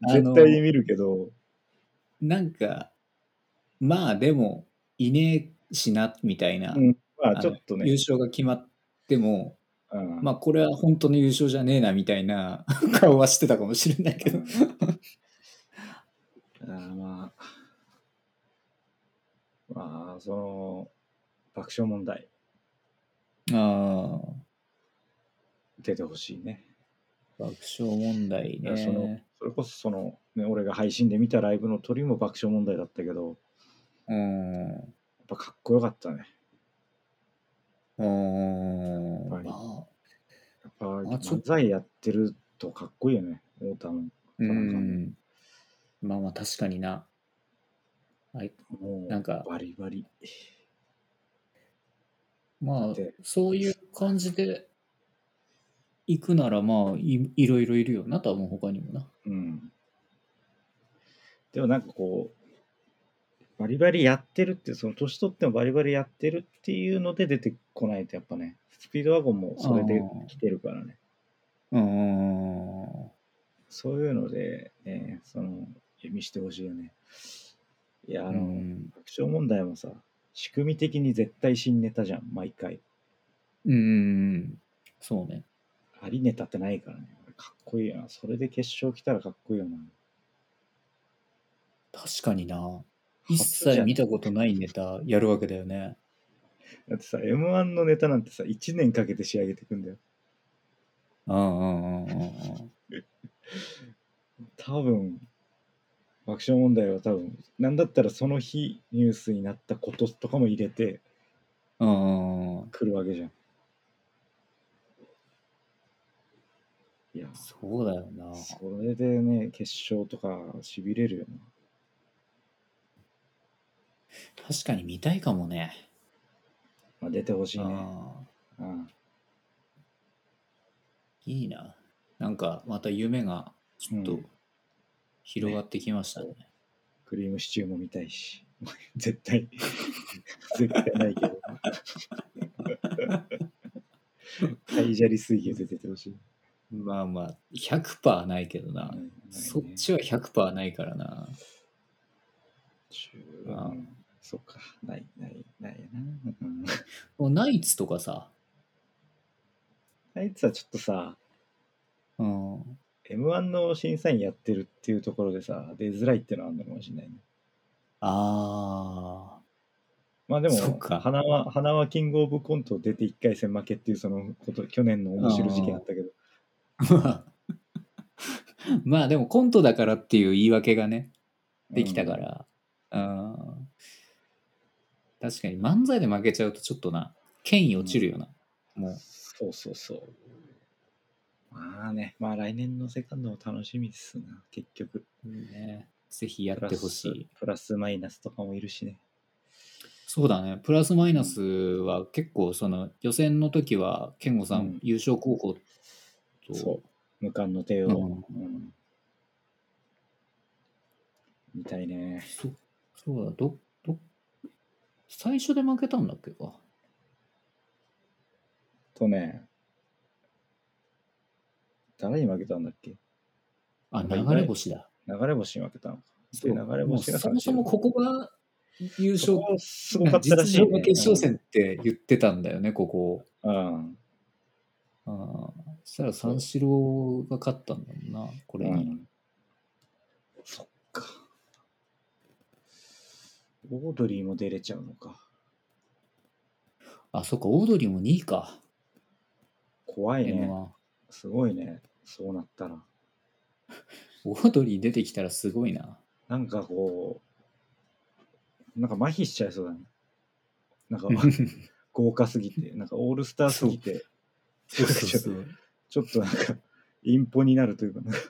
Speaker 1: あの
Speaker 2: 絶対に見るけど、
Speaker 1: なんか、まあでも、いねえしな、みたいな、
Speaker 2: うんま
Speaker 1: あの
Speaker 2: あちょっと
Speaker 1: 優
Speaker 2: ね。
Speaker 1: 勝が決まっても、
Speaker 2: うん
Speaker 1: まあこれは本当の優勝じゃねえな、みたいな 顔はしてたかもしれないけど。
Speaker 2: あーまあ、まあ、その、爆笑問題
Speaker 1: ああ、
Speaker 2: 出てほしいね。
Speaker 1: 爆笑問題
Speaker 2: いやその
Speaker 1: ね。
Speaker 2: それこそその、ね、俺が配信で見たライブの鳥も爆笑問題だったけど、やっ
Speaker 1: うん。
Speaker 2: ぱかっこよかったね。
Speaker 1: うーん
Speaker 2: はい
Speaker 1: まあ
Speaker 2: やっぱ
Speaker 1: あちょ
Speaker 2: 漫才やってるとかっこいいよね、太田の。
Speaker 1: う
Speaker 2: 田中も
Speaker 1: んまあまあ確かにな。はい、
Speaker 2: もう
Speaker 1: なんか
Speaker 2: バリバリ。
Speaker 1: まあ
Speaker 2: で
Speaker 1: そういう感じで行くならまあいいろいろいるよな多分他にもな。
Speaker 2: うん。でもなんかこう、バリバリやってるって、その年取ってもバリバリやってるっていうので出てこないとやっぱね、スピードワゴンもそれで来てるからね。
Speaker 1: うーん
Speaker 2: そういうので、ね、その、読みしてほしいよね。いや、あ
Speaker 1: う
Speaker 2: の、
Speaker 1: ん
Speaker 2: 爆笑問題もさ、仕組み的に絶対新ネタじゃん、毎回。
Speaker 1: うんそうね。
Speaker 2: ありネタってないからね。かっこいいよな。それで決勝来たらかっこいいよな。
Speaker 1: 確かにな。一切見たことないネタやるわけだよね。
Speaker 2: だってさ、M1 のネタなんてさ、1年かけて仕上げていくんだよ。
Speaker 1: うんうんうんうんうん。
Speaker 2: 多分、爆笑問題は多分、なんだったらその日ニュースになったこととかも入れて
Speaker 1: うんうんうん。
Speaker 2: くるわけじゃん。いや、
Speaker 1: そうだよな。
Speaker 2: それでね、決勝とかしびれるよな。
Speaker 1: 確かに見たいかもね。
Speaker 2: まあ、出てほしいね。
Speaker 1: ああ
Speaker 2: うん
Speaker 1: いいな。なんかまた夢がちょっ
Speaker 2: う
Speaker 1: と
Speaker 2: ん
Speaker 1: 広がってきましたね。
Speaker 2: クリームシチューも見たいし。 絶対、 絶対な いけど。ハイジャリ水魚で出てほしい。
Speaker 1: まあまあ、100%ないけどな。
Speaker 2: うん
Speaker 1: そっちは100%ないからな。
Speaker 2: 中
Speaker 1: あ
Speaker 2: うんそっか、ない、ない、ないな。うん
Speaker 1: もうナイツとかさ。
Speaker 2: あいつはちょっとさ、
Speaker 1: うん。
Speaker 2: M1 の審査員やってるっていうところでさ、出づらいってのはあるのかもしれないね。
Speaker 1: ああ。
Speaker 2: まあでも
Speaker 1: そっ、か
Speaker 2: 花は、花はキングオブコント出て1回戦負けっていうそのこと、去年の面白い事件あったけど、
Speaker 1: まあでもコントだからっていう言い訳がね、できたから。うん。確かに漫才で負けちゃうとちょっとな、権威落ちるよな。
Speaker 2: うん。
Speaker 1: もう。
Speaker 2: そうそうそう。まあね、まあ来年のセカンドも楽しみですな、結局。
Speaker 1: ね、ぜひやってほしい。
Speaker 2: プラスマイナスとかもいるしね。
Speaker 1: そうだね、プラスマイナスは結構、その予選の時は、健吾さん、
Speaker 2: うん
Speaker 1: 優勝候補と、
Speaker 2: そう。無冠の帝王。
Speaker 1: う
Speaker 2: うんん。見たいね。
Speaker 1: そそうだ、ど、ど、最初で負けたんだっけか。
Speaker 2: とね、誰に負けたんだっけ
Speaker 1: あ、
Speaker 2: まあ
Speaker 1: 流れ星だ。
Speaker 2: 流れ星に負けたのか。で
Speaker 1: そう
Speaker 2: 流れ
Speaker 1: もう
Speaker 2: 星が
Speaker 1: そもそも
Speaker 2: こ
Speaker 1: ここが優勝、
Speaker 2: こすごかったらしい、
Speaker 1: 実情が決勝戦って言ってたんだよね、ここ。
Speaker 2: うん。
Speaker 1: あーそしたら三四郎が勝ったんだもんな、こ
Speaker 2: う
Speaker 1: れ
Speaker 2: ん。う
Speaker 1: に。
Speaker 2: んそっか。オードリーも出れちゃうのか。
Speaker 1: あ、そっか、オードリーも2位か、
Speaker 2: 怖い
Speaker 1: m
Speaker 2: ね。
Speaker 1: 1
Speaker 2: すごいね。そうなったら。
Speaker 1: オードリー出てきたらすごいな。
Speaker 2: なんかこう、なんか麻痺しちゃいそうだね。 なんか豪華すぎて、なんかオールスターすぎて、
Speaker 1: そうそうそう。
Speaker 2: ちょっとなんか、インポになるというか、なんか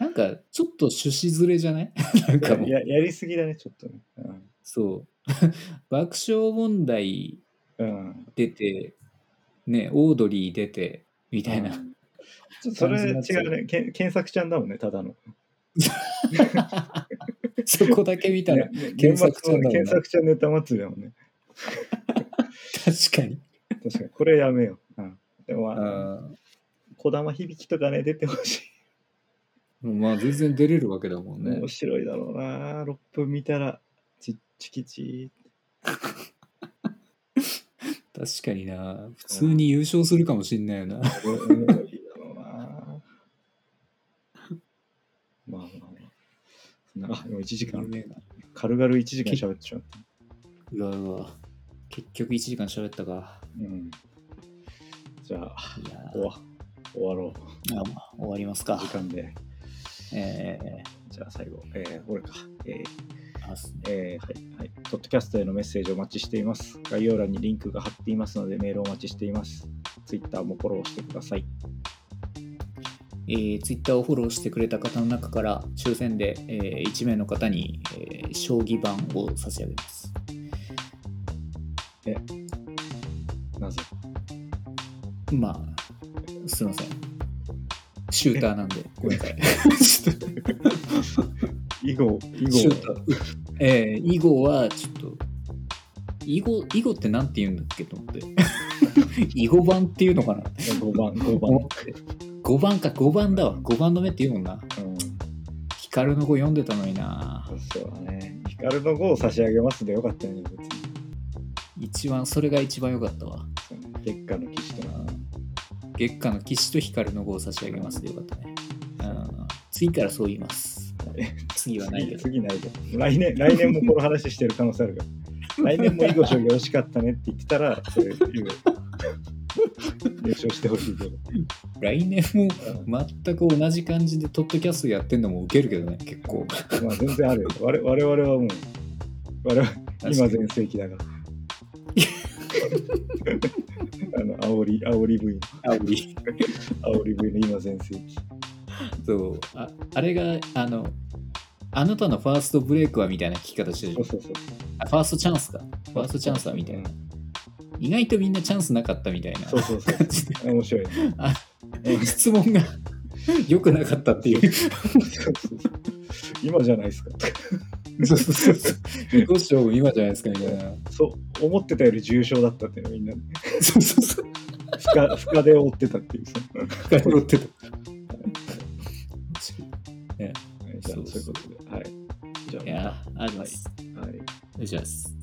Speaker 1: なんか、ちょっと趣旨ずれじゃない なんかもう、
Speaker 2: ややりすぎだね、ちょっとね。
Speaker 1: そう。 爆笑問題
Speaker 2: うん。うん、
Speaker 1: 出て、ね、オードリー出て、みたいな。
Speaker 2: ちょっとそれ
Speaker 1: 感じになっちゃう
Speaker 2: 違うね。けん検索ちゃんだもんね、ただの。
Speaker 1: そこだけ見たら、
Speaker 2: ねね
Speaker 1: 検索ちゃんだもんな
Speaker 2: 年末の検索ちゃんネタ祭りだもんね。
Speaker 1: 確かに。
Speaker 2: 確かに、これやめよう。うん、でも、まあ、
Speaker 1: あ
Speaker 2: 児玉響とかね、出てほしい。
Speaker 1: まあ、全然出れるわけだもんね
Speaker 2: 面。白いだろうな。6分見たら、ちっちきちーって
Speaker 1: 確かにな。普通に優勝するかもしんないよな。
Speaker 2: いいだろう な。まあまあまあそんな。あ、でも1時間、
Speaker 1: 夢が
Speaker 2: 軽々1時間喋ってしまった。
Speaker 1: うわうわ。結局1時間喋ったか。
Speaker 2: うん。じゃあ、
Speaker 1: いや
Speaker 2: 終わ終わろ
Speaker 1: ーあまあ終わります
Speaker 2: う。
Speaker 1: か
Speaker 2: 時。間で。
Speaker 1: えー、
Speaker 2: じゃあ最後、えー、俺か。えー
Speaker 1: あすね
Speaker 2: えーはい、はい。ポッドキャストへのメッセージをお待ちしています。概要欄にリンクが貼っていますので、メールをお待ちしています。Twitter もフォローしてください。
Speaker 1: えー、Twitter をフォローしてくれた方の中から抽選で、え1名の方に、えー将棋盤を差し上げます。
Speaker 2: なぜ
Speaker 1: まあ、すいません。シューターなんで、 ごめんなさい。ちょっと
Speaker 2: 以後、以
Speaker 1: シュ
Speaker 2: 後
Speaker 1: ーター。えー、囲碁はちょっと、囲碁、囲碁ってなんて言うんだっけと思 って。囲碁盤っていうのかなと
Speaker 2: 5番、5
Speaker 1: 思
Speaker 2: 番。
Speaker 1: って。5番か、5番だわ。5番の目って言うもんな。
Speaker 2: うん
Speaker 1: ヒカルの碁読んでたのにな。
Speaker 2: そうだね。ヒカルの号を差し上げますでよかったよね、別に。
Speaker 1: 一番、それが一番良かったわ。
Speaker 2: そうね月下の騎士とか。
Speaker 1: 月下の岸と光の号を差し上げますでよかったね。うん、次からそう言います。次はないけ
Speaker 2: 次
Speaker 1: ど。
Speaker 2: 次ないで。来年、来年もこの話してる可能性あるか来年も囲碁将棋欲しかったねって言ってたら、そういう、優勝してほしいけど。
Speaker 1: 来年も全く同じ感じでトッドキャストやってんのもウケるけどね、結構。
Speaker 2: まあ全然あるよ。我々我々はもう、我々今全盛期だから。あの煽り煽り V
Speaker 1: 確かに
Speaker 2: 煽り V の今全盛期
Speaker 1: そうああれが、あの、あなたのファーストブレイクはみたいな聞き方して
Speaker 2: そう
Speaker 1: る。
Speaker 2: そうそう
Speaker 1: あファーストチャンスか。ファーストチャンスはみたいな。意外とみんなチャンスなかったみたいな。
Speaker 2: そうそうそう面白いね
Speaker 1: 質問が 良くなかったっていう。
Speaker 2: そうそうそう今じゃないですか
Speaker 1: そうそうそうそう。自己主張も今じゃないですかみたいな。
Speaker 2: そう思ってたより重症だったっていうのみんな
Speaker 1: そうそう そう。
Speaker 2: 深深手を負ってたっていうさ
Speaker 1: 深掘ってた。
Speaker 2: はいじゃあ
Speaker 1: そう
Speaker 2: そ
Speaker 1: そうう
Speaker 2: いうことではいじゃあ
Speaker 1: いや、あります。
Speaker 2: はい
Speaker 1: お願いします。